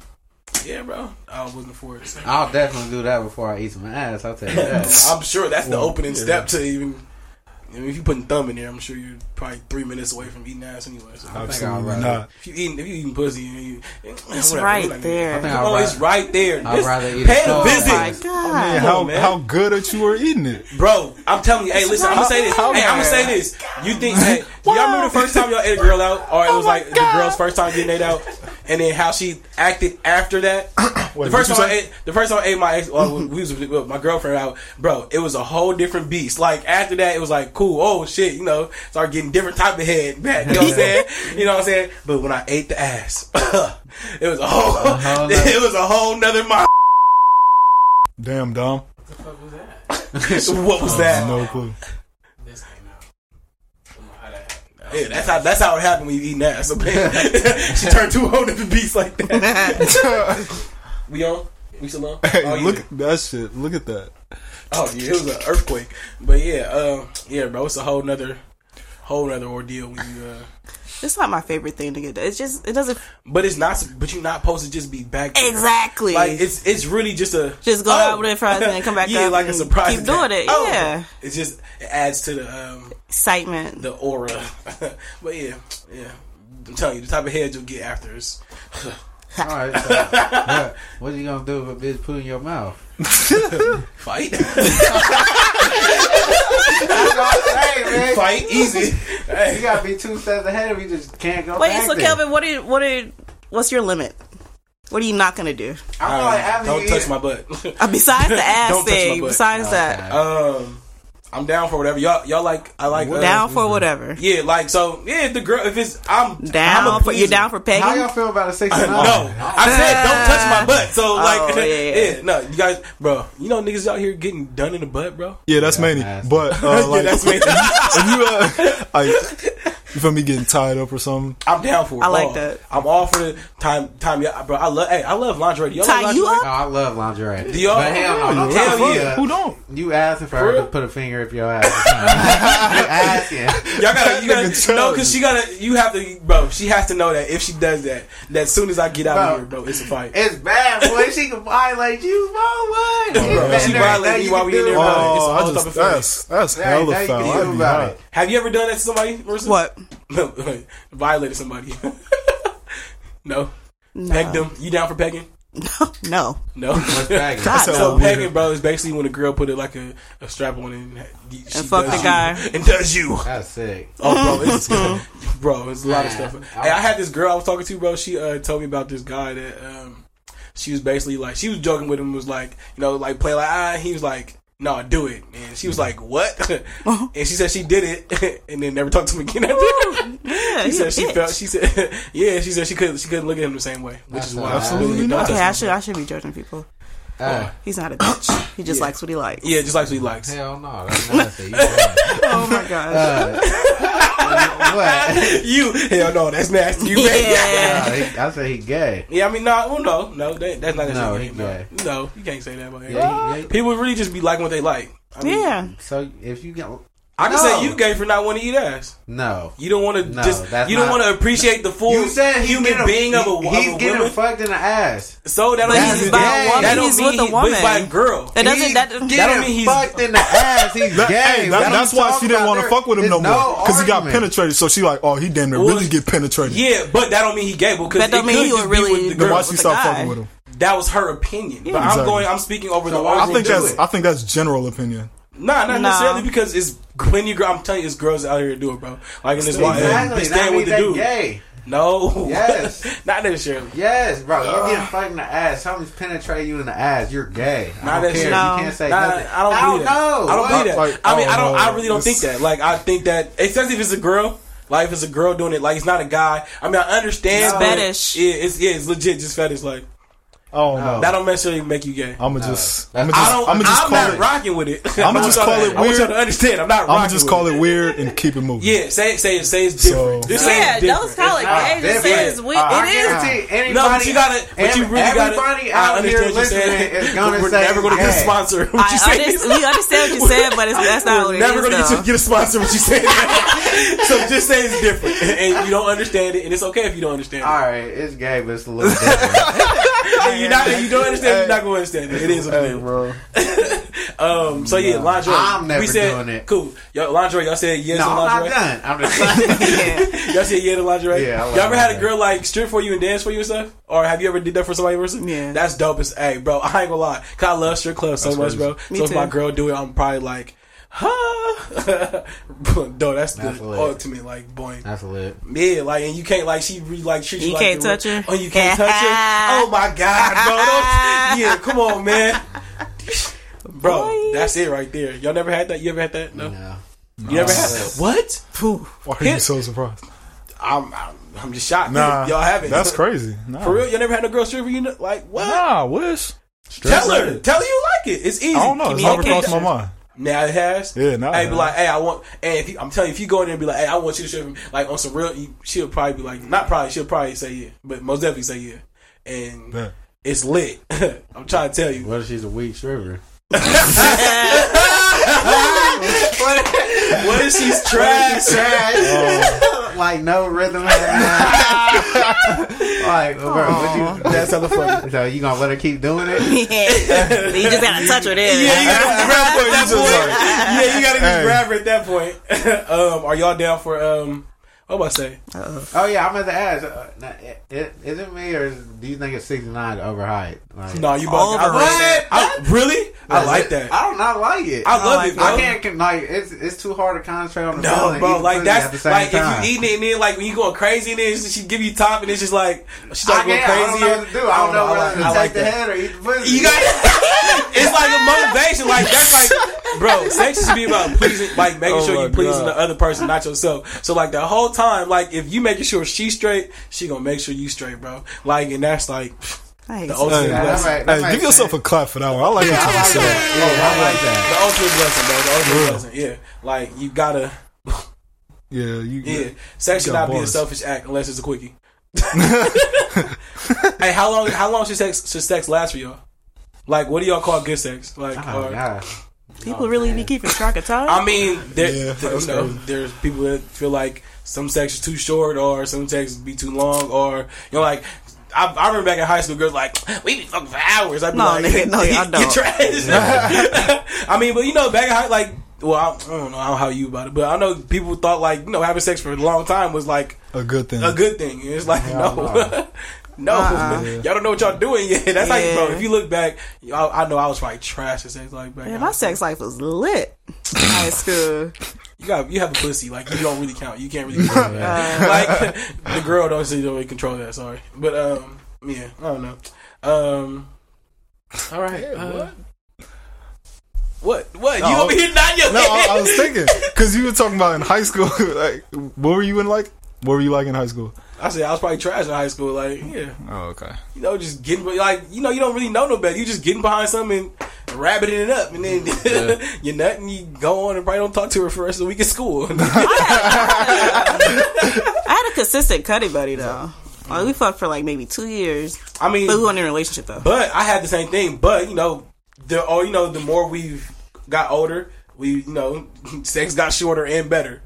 S1: yeah, bro, I wasn't for it.
S2: I'll definitely do that before I eat some ass. I'll tell you that.
S1: I'm sure that's the opening step to even. I mean, if you putting thumb in there, I'm sure you're probably three minutes away from eating ass anyway. So
S3: Uh-huh.
S2: I'll
S3: Absolutely
S2: rather-
S3: not.
S1: if you eating, if you eating pussy, you, you, eh,
S4: It's right
S2: I think
S4: there.
S2: I'd
S1: Oh, it's
S2: rather-
S1: right there.
S2: I'd
S1: Just
S2: rather eat a
S1: pay a
S2: thumb.
S1: visit.
S4: My
S3: Man,
S4: God.
S1: Come
S3: how
S1: on, man.
S3: how good at you were eating it?
S1: Bro, I'm telling you. Hey, listen, I'm gonna say this.
S4: How-
S1: Hey, I'm gonna say this. You think? Hey, do y'all remember the first time y'all ate a girl out, or it was like the girl's first time getting ate out, and then how she acted after that?
S3: Wait,
S1: the first
S3: what'd
S1: time
S3: you
S1: I
S3: say?
S1: ate, the first time I ate my ex, well, we was with my girlfriend out, bro. It was a whole different beast. Like after that, it was like cool. Oh shit, you know, start getting different type of head back. You know what I'm saying? You know what I'm saying? But when I ate the ass, it was a whole,
S2: whole nother-
S1: it was a whole nother. Mo-
S3: Damn, Dom.
S1: what was that?
S3: No clue.
S1: Yeah, that's how that's how it happened when you eating ass. she turned two whole different beats like that. we on? We still on?
S3: Hey,
S1: oh, yeah.
S3: look at that shit. Look at that.
S1: oh yeah, it was an earthquake. But yeah, uh, yeah, bro, it's a whole nother whole nother ordeal when you. Uh,
S4: It's not my favorite thing to get. It's just, it doesn't.
S1: but it's not. But you're not supposed to just be back. there.
S4: Exactly.
S1: Like it's it's really just a oh.
S4: Just go out with it for us and then come back
S1: yeah,
S4: up
S1: like a
S4: and
S1: surprise.
S4: keep doing it,
S1: Oh,
S4: yeah.
S1: it's just it adds to the um
S4: Excitement.
S1: the aura. but yeah, yeah. I'm telling you, the type of head you'll get after is
S2: All right, so, yeah, what you gonna do if a bitch put in your mouth?
S1: fight,
S2: hey man,
S1: fight easy. Hey.
S2: you gotta be two steps ahead of me. Just can't go.
S4: Wait,
S2: back
S4: so
S2: there.
S4: Kelvin, what are, what are, what's your limit? What are you not gonna do?
S2: I'm like, after
S1: don't
S2: you
S1: touch
S2: eat-
S1: my butt.
S4: Uh, besides the
S1: Don't
S4: ass
S1: touch my
S4: thing,
S1: butt.
S4: besides that,
S1: um, I'm down for whatever y'all y'all like. I like uh,
S4: down for whatever.
S1: Yeah, like so. Yeah, if the girl. If it's I'm
S4: Down
S1: I'm a
S4: for you're down for
S2: How y'all
S4: pegging.
S2: feel about a six and
S1: No, I said don't touch my butt. So like,
S4: Oh, yeah,
S1: yeah,
S4: yeah.
S1: no, you guys, bro, you know niggas out here getting done in the butt, bro.
S3: Yeah, that's many.
S2: that's-
S3: But uh, like,
S1: that's many.
S3: if you, if you, uh, like, you feel me getting tied up or something?
S1: I'm down for it.
S4: I like
S1: all.
S4: that.
S1: I'm all for the time. Time, yeah, bro. I love. Hey, I love lingerie. Do y'all
S4: Tie
S1: like
S4: you
S1: lingerie?
S2: Oh,
S4: up?
S2: I love lingerie.
S1: Do y'all-
S2: But hell no, don't
S1: Hell
S2: touch me
S1: yeah.
S2: up.
S3: Who don't?
S2: You asking for her
S1: real?
S2: to put a finger up your ass? you asking?
S1: Y'all gotta, you
S3: Nigga
S1: gotta
S3: chug.
S1: no, cause she gotta. You have to, bro. She has to know that if she does that, that soon as I get out
S2: Bro.
S1: of here, bro, it's a fight.
S2: It's bad, boy. She can violate you, bro. What?
S1: Bro,
S2: It's
S1: she
S2: bad.
S1: violated
S2: Nothing
S1: you
S2: can
S1: while we
S2: do
S1: in there,
S2: about
S1: bro. It's
S2: it.
S1: a
S3: Oh, I
S1: whole
S3: just,
S1: type of feeling.
S3: that's that's
S2: There ain't
S3: hella
S2: nothing you
S3: foul.
S2: can do
S3: I'd be
S2: about
S3: hot.
S2: it.
S1: Have you ever done that to somebody? Marissa?
S4: What?
S1: No, wait. violated somebody. no.
S4: No.
S1: pegged them. You down for pegging?
S4: no.
S1: No.
S2: What's back?
S4: God,
S3: So
S1: So
S4: no.
S3: weird.
S1: pegging, bro, is basically when a girl put it like a, a strap on and she
S4: And fuck
S1: does
S4: the
S1: you.
S4: guy.
S1: and does you.
S2: That's sick.
S1: Oh, bro, it's bro, it's a lot of
S2: Man,
S1: stuff.
S2: I-
S1: Hey, I had this girl I was talking to, bro. She uh, told me about this guy that um, she was basically like she was joking with him. Was like you know like play like ah. He was like no, do it. And she was
S2: Mm-hmm.
S1: like what?
S4: Oh.
S1: and she said she did it, and then never talked to him again after.
S4: Yeah,
S1: she
S4: you a
S1: said she
S4: bitch.
S1: felt. She said yeah. She said she couldn't. She couldn't look at him the same way, which is why.
S3: Absolutely
S1: Don't
S3: not.
S1: touch
S4: Okay,
S1: me.
S4: I should I should be judging people.
S2: Uh,
S4: He's not a bitch. He just likes what he likes.
S1: Yeah, just like she likes.
S2: hell no. That's nasty. You bad.
S4: Oh my gosh.
S1: Uh,
S2: what?
S1: you hell no, that's nasty. You
S4: Yeah.
S2: Nah, he- I say he gay.
S1: Yeah, I mean, nah, well, no, no, that, that's not that
S2: No,
S1: shit.
S2: he
S1: No,
S2: gay.
S1: no, you can't say that about everybody.
S2: Yeah, he gay.
S1: People really just be liking what they like. I mean,
S4: Yeah.
S2: So if you get
S1: I can
S2: No.
S1: say you gay for not wanting to eat ass.
S2: no,
S1: You don't want to
S2: No,
S1: just.
S2: that's
S1: You don't
S2: not-
S1: want to appreciate the full
S2: you said he
S1: human
S2: getting-
S1: being of a,
S2: he-
S1: of
S2: he's
S1: a
S2: getting
S1: woman.
S2: fucked in the ass.
S1: so that
S4: But
S1: don't
S2: he's
S1: mean
S2: by a
S1: gay.
S2: woman.
S1: That don't
S4: He's
S1: mean
S4: with a
S1: he- but he's by a
S4: woman.
S1: girl.
S4: That doesn't
S2: He
S4: that
S1: That
S2: getting
S1: don't mean he's-
S2: fucked in the ass. He's
S3: That-
S2: gay.
S3: hey, that-
S2: What
S3: that's
S2: I'm
S3: why
S2: talking
S3: she didn't
S2: about.
S3: want to
S2: There
S3: fuck with him
S2: is
S3: no more because he got
S2: argument.
S3: penetrated. So she like, oh, he damn near
S1: Well,
S3: really get penetrated.
S1: Yeah, but that don't mean he gay because
S4: That don't
S1: it
S4: mean
S1: could
S4: he
S1: just be
S4: would really-
S1: with the
S3: then
S1: girl.
S3: why
S4: Girl
S3: she
S4: with
S3: stopped
S4: the
S3: fucking
S4: guy.
S3: with him?
S1: That was her opinion. But I'm
S3: Exactly.
S1: going. I'm speaking over the
S2: So
S1: whole
S2: I
S3: I
S1: group.
S3: think
S2: do
S3: that's
S2: it.
S3: I think that's general opinion.
S1: Nah, not
S4: Nah.
S1: necessarily because it's plenty of girls. I'm telling you, it's girls out here to do it, bro. Like in this one,
S2: Exactly. That
S1: staying with
S2: means
S1: the
S2: they
S1: dude.
S2: gay.
S1: No,
S2: Yes.
S1: not necessarily.
S2: Yes, bro. You're getting fucked in the ass. Something's penetrating you in the ass. You're gay.
S1: Nah,
S2: I don't
S1: that's-
S2: care.
S4: no.
S2: You can't say
S1: Nah,
S2: nothing.
S1: I don't believe that.
S2: know.
S1: I don't believe that.
S3: Like,
S1: I mean, I
S3: oh,
S1: don't. I really don't
S3: it's-
S1: think that. Like, I think that, especially if it's a girl. Like, if it's a girl doing it, like it's not a guy. I mean, I understand.
S4: It's
S1: but
S4: fetish.
S1: Yeah, it's yeah, it's legit. Just fetish. Like
S3: Oh no,
S1: that don't necessarily make you gay.
S3: I'ma just
S2: that's-
S3: I'ma
S1: I
S3: just
S1: don't.
S3: I'ma
S1: I'm,
S3: just call
S1: not
S3: it
S1: rocking with it. I
S3: I'ma
S1: want
S3: just
S1: y'all
S3: call
S1: to- I
S3: it
S1: want y'all
S3: weird.
S1: to understand. I'm not. Rocking
S3: I'ma just call
S1: with
S3: it weird and keep it moving.
S1: Yeah, say say say it's
S3: So-
S1: different. this
S4: Yeah,
S1: ain't different.
S4: those kind of like
S2: not
S4: I just say
S2: different.
S4: it's weird.
S3: Uh,
S4: it is.
S2: Guarantee Anybody,
S1: No, but you gotta. But you really gotta.
S2: everybody
S1: I
S2: out
S1: understand
S2: here
S1: what you're saying.
S2: listening is gonna
S1: but we're
S2: say
S1: never gonna get a
S2: gay.
S1: sponsor. What you
S4: I
S1: saying?
S4: under, we understand what you said, but it's, that's not what
S1: We're
S4: it
S1: never
S4: is,
S1: gonna get,
S4: though.
S1: to get a sponsor. What you saying? so just say it's different, and you don't understand it, and it's okay if you don't understand it.
S2: All right, it's gay, but it's a little different.
S1: If you're not, if you don't understand, it, you're not gonna understand it. It is okay.
S3: bro.
S1: Um. So yeah, lingerie.
S2: I'm never
S1: we said,
S2: doing it.
S1: Cool. Y'all, lingerie. Y'all said yes
S2: no,
S1: to
S2: I'm not
S1: lingerie.
S2: done. I'm just.
S4: Yeah.
S1: Y'all said yeah to lingerie.
S2: Yeah, I like
S1: Y'all ever had a
S2: lingerie.
S1: girl like strip for you and dance for you and stuff, or have you ever did that for somebody? Versus?
S4: Yeah.
S1: That's dope. As hey, bro. I ain't gonna lie. Cause I love strip clubs so much,
S3: crazy.
S1: bro.
S4: Me
S1: so if
S4: too.
S1: my girl do it, I'm probably like. Huh? no, that's,
S2: That's
S1: the
S2: lit.
S1: ultimate like boy.
S2: That's lit.
S1: Yeah, like and you can't like she really like treats you.
S4: You
S1: like
S4: can't
S1: the-
S4: touch her?
S1: Oh, you can't touch her. Oh my god, bro! don't- yeah, come on, man. Bro,
S4: Boy.
S1: that's it right there. Y'all never had that. You ever had that? No.
S2: No.
S1: You ever had
S2: Yes.
S1: what?
S3: Why are you so surprised?
S1: I'm, I'm I'm just shocked.
S3: Nah,
S1: y'all haven't.
S3: That's crazy. Nah.
S1: For real, you all never had a girl strip for you? Like what?
S3: Nah, I wish.
S1: Tell her. Tell her you like it. It's easy.
S3: I don't know. It's
S4: me
S3: never
S4: a
S3: crossed
S4: kiss.
S3: my mind.
S1: Now it has.
S3: Yeah, now it
S1: Hey, be
S3: has.
S1: like, hey, I want. And if you, I'm telling you, if you go in there and be like, hey, I want you to strip for me, like on some real, you, she'll probably be like, not probably, she'll probably say yeah, but most definitely say yeah. And
S3: Yeah.
S1: It's lit. I'm trying to tell you.
S2: What if she's a weak stripper?
S1: What if she's trash?
S2: Oh, like no rhythm. like, bro, what you,
S1: That's hella funny.
S2: so you gonna let her keep doing it?
S4: yeah. You just gotta touch her there.
S1: Yeah, you gotta grab her at that point. Yeah,
S3: You just
S1: you gotta just
S3: Hey.
S1: grab her at that point. um, are y'all down for um? What am I say?
S2: Oh yeah, I'm gonna ask. Uh, now, i- i- is it me or is, do you think it's 69 overhyped? Like,
S1: No, you both. I,
S4: Overrated.
S1: I- really? I like that.
S2: I don't not like it.
S1: I love
S4: I
S1: it,
S4: like
S1: bro.
S2: I can't con- like it's it's too hard to concentrate on the
S1: No,
S2: feeling,
S1: bro,
S2: even
S1: like
S2: pussy at the
S1: that's
S2: same
S1: like
S2: time.
S1: if you eating it and then like when you going crazy and then she give you top and it's just like she
S2: I
S1: like going
S2: can't. I don't
S1: crazy.
S2: know what to do. I don't know whether
S1: I
S2: to take
S1: like
S2: the
S1: that.
S2: head or eat the pussy.
S1: You got it's like a motivation. Like that's like, bro, sex should be about pleasing, like making
S3: Oh
S1: sure you
S3: my
S1: pleasing
S3: God.
S1: the other person, not yourself. So like the whole time, like if you making sure she's straight, she gonna make sure you straight, bro. Like and that's like
S4: I hate
S1: the
S4: you.
S1: ultimate
S3: Hey,
S1: blessing.
S2: that's right.
S3: Hey,
S2: makes
S3: give yourself
S2: sense.
S3: a clap for that one. I like
S2: Yeah, I
S3: what
S2: like
S3: you just said.
S2: that. Yeah, I like that.
S1: The ultimate blessing, bro. The ultimate
S3: Real.
S1: blessing. Yeah, like you gotta.
S3: Yeah, you.
S1: Yeah, sex should
S3: Got
S1: not be a
S3: bars.
S1: selfish act unless it's a quickie. hey, how long? How long should sex should sex last for y'all? Like, what do y'all call good sex? Like,
S3: Ah,
S2: Oh,
S1: or-
S2: God.
S4: People really be keeping track of time.
S1: I mean, there,
S3: Yeah,
S1: there-
S3: that's
S1: you know,
S3: crazy.
S1: there's people that feel like some sex is too short or some sex be too long or you know, like. I, I remember back in high school, girls like we be fucking for hours. I'd be
S4: No,
S1: like,
S4: nigga, no, y'all
S1: you
S4: don't.
S1: trash. I mean, but you know, back in high, like, well, I, I don't know how you about it, but I know people thought like, you know, having sex for a long time was like
S3: a good thing.
S1: a good thing. And It's like
S2: Yeah,
S1: no,
S2: no.
S1: no,
S4: Uh-uh.
S1: y'all don't know what y'all doing yet. That's like, bro,
S4: Yeah.
S1: if you look back, I, I know I was probably trash and things like back.
S4: Yeah,
S1: in
S4: my
S1: high
S4: sex life was lit. in High school.
S1: you got you have a pussy like you don't really count. You can't really control
S4: Uh,
S1: that. like the girl don't see the way control that. Sorry, but um, yeah, I don't know. Um, all right. uh, what? What? You
S3: No,
S1: over here nodding your
S3: No, I,
S1: head?
S3: I was thinking because you were talking about in high school. Like, what were you in like? What were you like in high school?
S1: I said I was probably trash in high school. Like, yeah,
S3: Oh, okay.
S1: you know, just getting like you know, you don't really know no better. You just getting behind something and rabbiting it up, and then you're nothing. You go on and probably don't talk to her for the rest of the week at school.
S4: I had a consistent cutty buddy though. Like, we fucked for like maybe two years,
S1: I mean,
S4: but we weren't in a relationship though.
S1: But I had the same thing. But you know, the oh, you know, the more we got older, we you know, sex got shorter and better.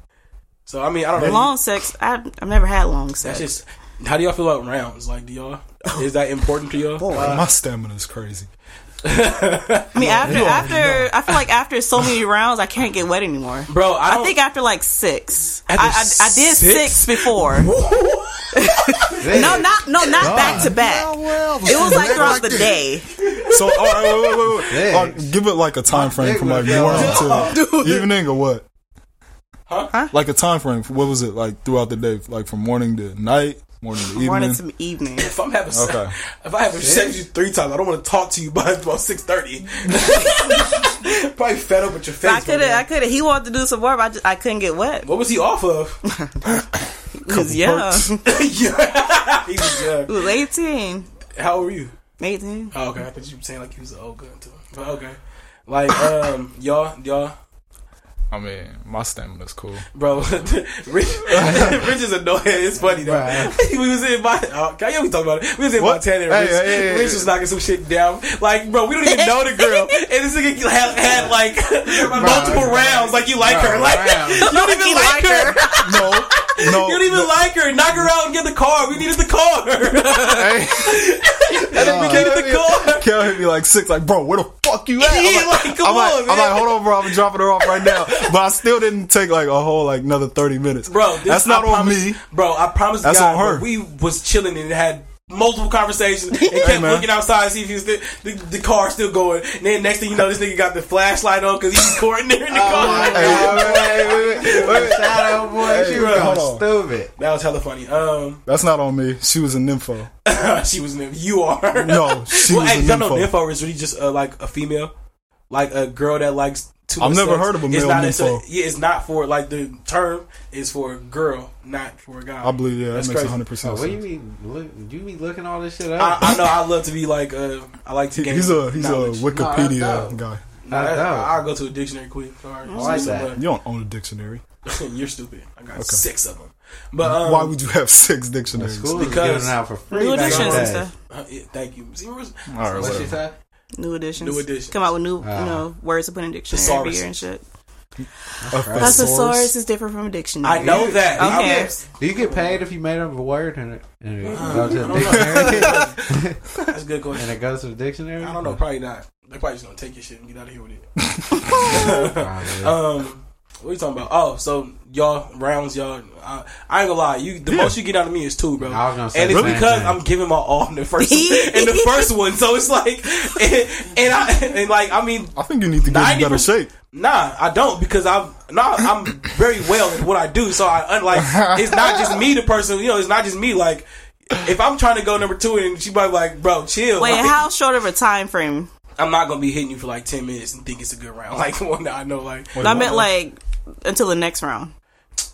S1: So I mean, I don't know.
S4: long sex, I, I've never had long sex.
S1: That's just how do y'all feel about rounds? Like, do y'all is that important to y'all?
S3: Uh, My stamina is crazy.
S4: I mean, after after I feel like after so many rounds, I can't get wet anymore.
S1: Bro, I,
S4: I
S1: don't,
S4: think after like six, I,
S1: After
S4: I, I did
S1: six?
S4: six, before. no, not no, not back to back. It was like throughout the day.
S3: So, all right, wait, wait, wait, wait.
S2: Dang.
S3: All right, give it like a time frame
S2: dick
S3: from like
S2: was going
S3: morning
S1: off.
S3: to evening or what?
S1: Huh?
S3: Like a time frame. What was it like throughout the day? Like from morning to night, morning to evening.
S4: Morning to evening.
S1: if I'm having sex,
S3: Okay.
S1: if I have sex with you three times, I don't want to talk to you by about six thirty. Probably fed up with your face.
S4: I could have,
S1: man.
S4: I could have. He wanted to do some work, but I just, I couldn't get wet.
S1: What was he off of?
S4: 'Cause, yeah,
S3: perks.
S4: it
S1: yeah, he was young.
S4: was 18.
S1: How old were you?
S4: 18.
S1: Oh, okay. I thought you were saying like he was an old gun too. But okay. Like, um, y'all, y'all,
S3: I mean, my stamina is cool.
S1: bro, Rich, Rich is annoying. It's funny though.
S2: Right.
S1: we was in my, oh, yeah, we talk about it. We was in
S3: What?
S1: Montana. And
S3: Hey,
S1: Rich,
S3: hey, hey, hey.
S1: Rich was knocking some shit down. Like, bro, we don't even know the girl, and this nigga had, had like multiple
S2: Bro.
S1: rounds. Like, you like her,
S2: Bro,
S1: like
S2: rounds.
S1: you don't even like, her.
S3: No, no.
S1: You don't even like her. Knock her out and get the car. We needed the car.
S3: Hey. Uh,
S1: we needed the car.
S3: Kel hit me like six, like, bro, where the fuck you at?
S1: Yeah,
S3: I'm
S1: like, come on,
S3: I'm like,
S1: man.
S3: I'm like, hold on, bro, I'm dropping her off right now. But I still didn't take like a whole like another thirty minutes,
S1: bro. This,
S3: that's not
S1: I
S3: on
S1: promise-
S3: me.
S1: bro. I promise.
S3: That's
S1: God,
S3: on her.
S1: bro, We was chilling and had multiple conversations and kept
S3: man.
S1: looking outside to see if he was the, the, the car still going. And then next thing you know, this nigga got the flashlight on because he's courting her in the car.
S2: Shadow boy, she
S3: bro,
S2: was
S3: hold
S2: stupid.
S1: That was hella funny. Um,
S3: That's not on me. She was a nympho.
S1: she was nymph. You are
S3: No, she
S1: well,
S3: was
S1: hey,
S3: a
S1: y'all know
S3: nympho.
S1: nympho is really just uh, like a female, like a girl that likes. Too
S3: I've
S1: much
S3: never
S1: sex.
S3: heard of a
S1: It's
S3: male
S1: not- it's a-
S3: nympho.
S1: yeah, it's not for like the term is for a girl, not for a guy.
S3: I believe, yeah, that makes
S1: crazy.
S3: hundred
S2: Oh,
S3: percent
S2: what do you
S3: sense.
S2: mean? Look, you be looking all this shit
S1: I,
S2: up?
S1: I know. I love to be like. Uh, I like to.
S3: He-
S1: gain
S3: He's a he's
S1: knowledge.
S3: a
S2: No, I
S3: Wikipedia
S2: don't.
S3: guy.
S1: Nah,
S2: Not
S1: that-
S2: that one.
S1: I'll go to a dictionary quick. Sorry.
S2: like that.
S3: You don't own a dictionary.
S1: You're stupid. I got six of them. But um,
S3: Why would you have six dictionaries?
S2: School
S1: Because-
S2: is giving out for free.
S4: New
S2: back in
S4: editions
S2: the
S4: and
S2: day.
S4: stuff.
S1: uh, yeah, thank you. See, where's
S3: All right,
S2: What she
S3: whatever.
S2: said?
S4: New editions.
S1: New editions.
S4: Come out with new,
S2: Ah.
S4: you know, words to put in dictionary every
S1: Thesaurus.
S4: year and shit.
S3: A
S4: A thesaurus
S3: thesaurus?
S4: is different from a dictionary.
S1: I know that.
S4: Okay.
S1: I'm-
S2: Do you get paid if you made up a word and it, and it goes to
S1: Mm-hmm. I
S2: the
S1: don't know.
S2: dictionary?
S1: That's a good
S2: and
S1: question.
S2: it goes to the dictionary?
S1: I don't
S2: Oh,
S1: know. Probably not. They're probably just gonna take your shit and get out of here with it.
S2: Probably.
S1: Um, What are you talking about? Oh, so y'all rounds, y'all. I, I ain't gonna lie, you the
S3: Yeah.
S1: most you get out of me is two, bro.
S2: I was gonna say
S1: and it's
S2: the same
S1: because
S2: thing.
S1: I'm giving my all in the first in the first one, so it's like, and, and I and like I mean,
S3: I think you need to get in better
S1: 90%
S3: shape.
S1: Nah, I don't because I'm nah, I'm very well at what I do. So I unlike it's not just me the person. You know, it's not just me. Like if I'm trying to go number two and she might be like, bro, chill.
S4: Wait,
S1: like,
S4: how short of a time frame?
S1: I'm not gonna be hitting you for like ten minutes and think it's a good round. Like well, now I know like
S4: I meant like until the next round.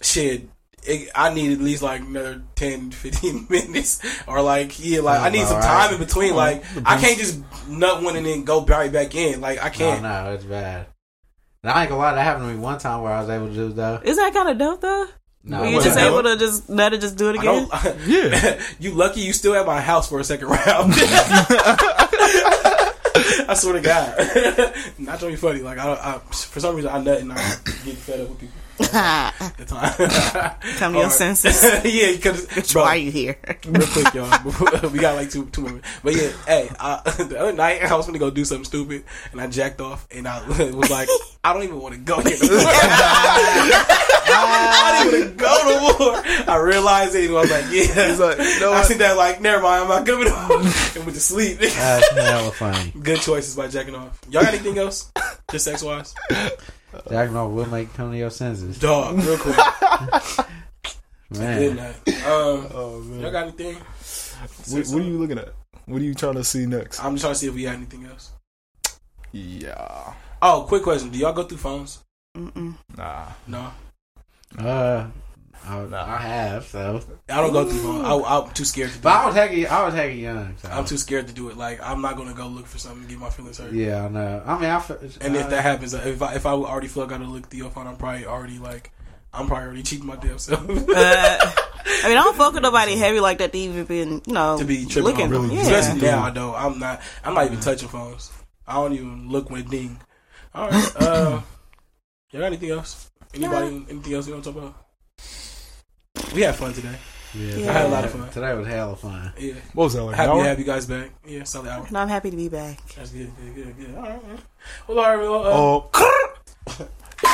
S1: shit. It, I need at least like another 10, 15 minutes, or like yeah, like I need some time in between. Like I can't just nut one and then go right back in. Like I
S2: No,
S1: can't.
S2: no, it's bad. And I ain't gonna lie, that happened to me one time where I was able to do though.
S4: Isn't that kind of dope though?
S2: No,
S4: Were
S2: it
S4: you just
S2: wasn't.
S4: able to just let it just do it
S1: I
S4: again?
S1: don't.
S3: Yeah.
S1: you lucky you still at my house for a second round. I swear to God. Not trying to be funny. Like I, I, for some reason, I nut and I get fed up with people at the time.
S4: Come to your
S1: Or-
S4: senses.
S1: yeah, because
S4: Why are you here?
S1: real quick, y'all. we got like two two minutes. But yeah, hey, I, the other night I was gonna go do something stupid, and I jacked off, and I was like, I don't even want to go. Here. I don't even want to go to war. I realized it, and I was like, yeah. I see that like, never mind, I'm not coming home, and went to sleep.
S2: That's hella funny.
S1: Good choices by jacking off. Y'all got anything else? Just sex wise,
S2: Jack North will make come to your senses.
S1: dog. Real quick. Good
S2: Man.
S1: night. Um, y'all
S3: Oh man,
S1: got anything?
S3: what, what are you looking at? What are you trying to see next?
S1: I'm just trying to see if we got anything else.
S3: Yeah,
S1: Oh, quick question. Do y'all go through phones?
S4: Mm-mm.
S3: nah.
S1: No.
S2: Uh I, I have, so
S1: I don't go through phone. I, I'm too scared to do
S2: But I
S1: it.
S2: was hacking I was hacking young, so
S1: I'm too scared to do it. Like I'm not gonna go look for something and get my feelings hurt.
S2: Yeah, I know. I mean I f-
S1: And
S2: uh,
S1: if that happens, if I if I already feel like I gotta look through your phone, I'm probably already like I'm probably already cheating my damn self.
S4: Uh, I mean, I don't fuck with nobody heavy like that to even be, you know,
S1: to be tripping
S4: looking.
S1: on really,
S4: yeah.
S1: especially now though. I'm not. I'm not even touching phones. I don't even look when it ding. All right. Uh, you got anything else? Anybody? Anything else we want to talk about? We had fun today.
S2: yeah,
S4: I had a
S1: lot of fun.
S2: Today was hella fun.
S1: Yeah.
S3: What was that like? an
S1: Happy
S3: hour?
S1: to have you guys back. Yeah. Solid hour.
S4: And I'm happy to be back.
S1: That's good. Good. Good. good. All right. all right. Well, all right. Well, uh,
S3: Oh,
S1: All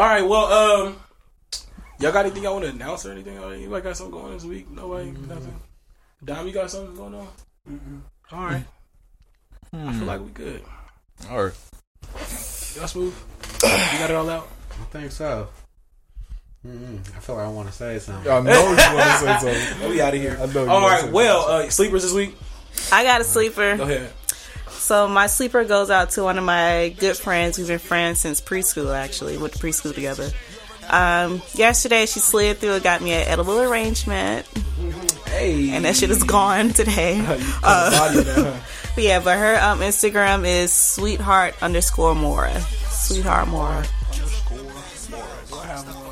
S1: right, well, um, y'all got anything y'all want to announce or anything? Or Anybody got something going this week? Nobody, nothing. Dom, you got something going on? All right, I feel like we good.
S3: all right.
S1: Y'all smooth. You got it all out.
S2: I think so. Mm-mm. I feel like I want to say something.
S3: I know you want to say something.
S1: We out of here.
S3: I know you
S1: All
S3: wanna
S1: right,
S3: say
S1: well, uh, sleepers this week.
S4: I got a sleeper.
S1: Go ahead.
S4: So my sleeper goes out to one of my good friends. We've been friends since preschool, actually. Went to preschool together. Um, yesterday she slid through and got me an edible arrangement,
S1: Hey,
S4: and that shit
S1: Mm.
S4: is gone today. Uh,
S1: Body of that, huh?
S4: But yeah, but her um, Instagram is sweetheart underscore Mora. Sweetheart Mora.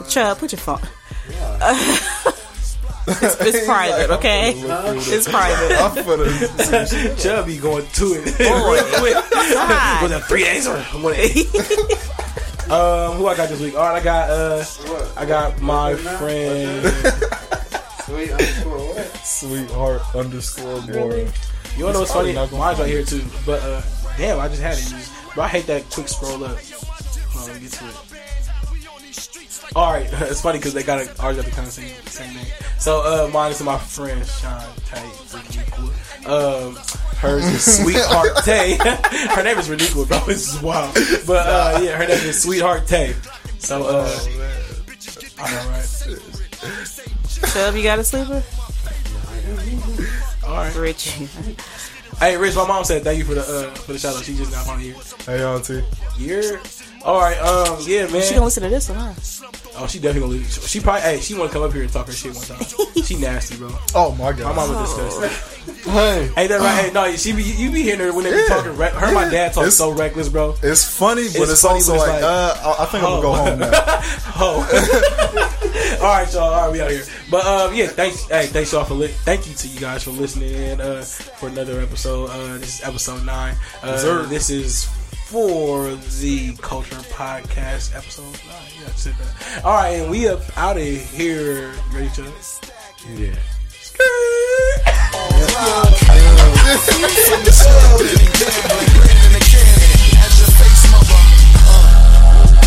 S4: Chubb, put your phone. it's, it's private, okay? It's private.
S3: I'm finna-
S1: Chubby going to it real quick.
S4: God.
S1: Was it three days or one day? um, who I got this week? All right, I got uh, I got my friend.
S2: Sweet underscore what?
S3: sweetheart underscore boy.
S1: You wanna know what's funny?
S3: probably
S1: Mine's
S3: not gonna
S1: right here too. But uh, damn, I just had it. But I hate that quick scroll up. Hold on, let me get to it. All right, it's funny because they got a, ours got the kind of same, same name. So uh, mine is my friend Sean Tay. Ridiculous. Um, hers is Sweetheart Tay. her name is ridiculous, bro. This is wild. But uh, yeah, her name is Sweetheart Tay. So uh, I know, right?
S4: Chubb, you got a sleeper?
S1: All right.
S4: Richie.
S1: Hey, Rich, my mom said thank you for the uh, for the shout out. She just not on here.
S3: Hey, auntie.
S1: Year. All right. Um. Yeah,
S3: Oh,
S1: man.
S4: She gonna listen to this one, huh?
S1: Oh, she definitely gonna lose. She probably, hey, she wanna come up here and talk her shit one time. she nasty, bro.
S3: Oh my
S1: My
S3: god.
S1: mama disgusting.
S3: Oh. hey,
S1: Ain't that right? Hey, no, she be, you be hearing her when they be
S3: Yeah.
S1: talking. Re- her, and my dad talks
S3: It's-
S1: so reckless, bro.
S3: it's funny, but
S1: It's
S3: it's,
S1: funny,
S3: also
S1: but it's
S3: like,
S1: like,
S3: uh, I I think I'm gonna go
S1: oh.
S3: home now.
S1: Oh. all right, y'all. All right, we out here. But um, yeah, thanks. Hey, thanks y'all for li- thank you to you guys for listening in uh, for another episode. Uh, this is episode nine. Uh,
S3: sir.
S1: this is for the Culture Podcast episode nine. Yeah, I said that. All right, and we up out of here. Ready to?
S2: Yeah.
S5: From the soul to the dead, like bread in a cannon. As your face, mother. in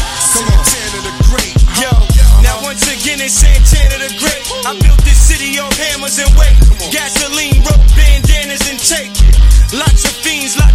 S5: Santana the Great. I built this city on hammers and weight. Gasoline, rope, bandanas, and tape. Lots of fiends, lots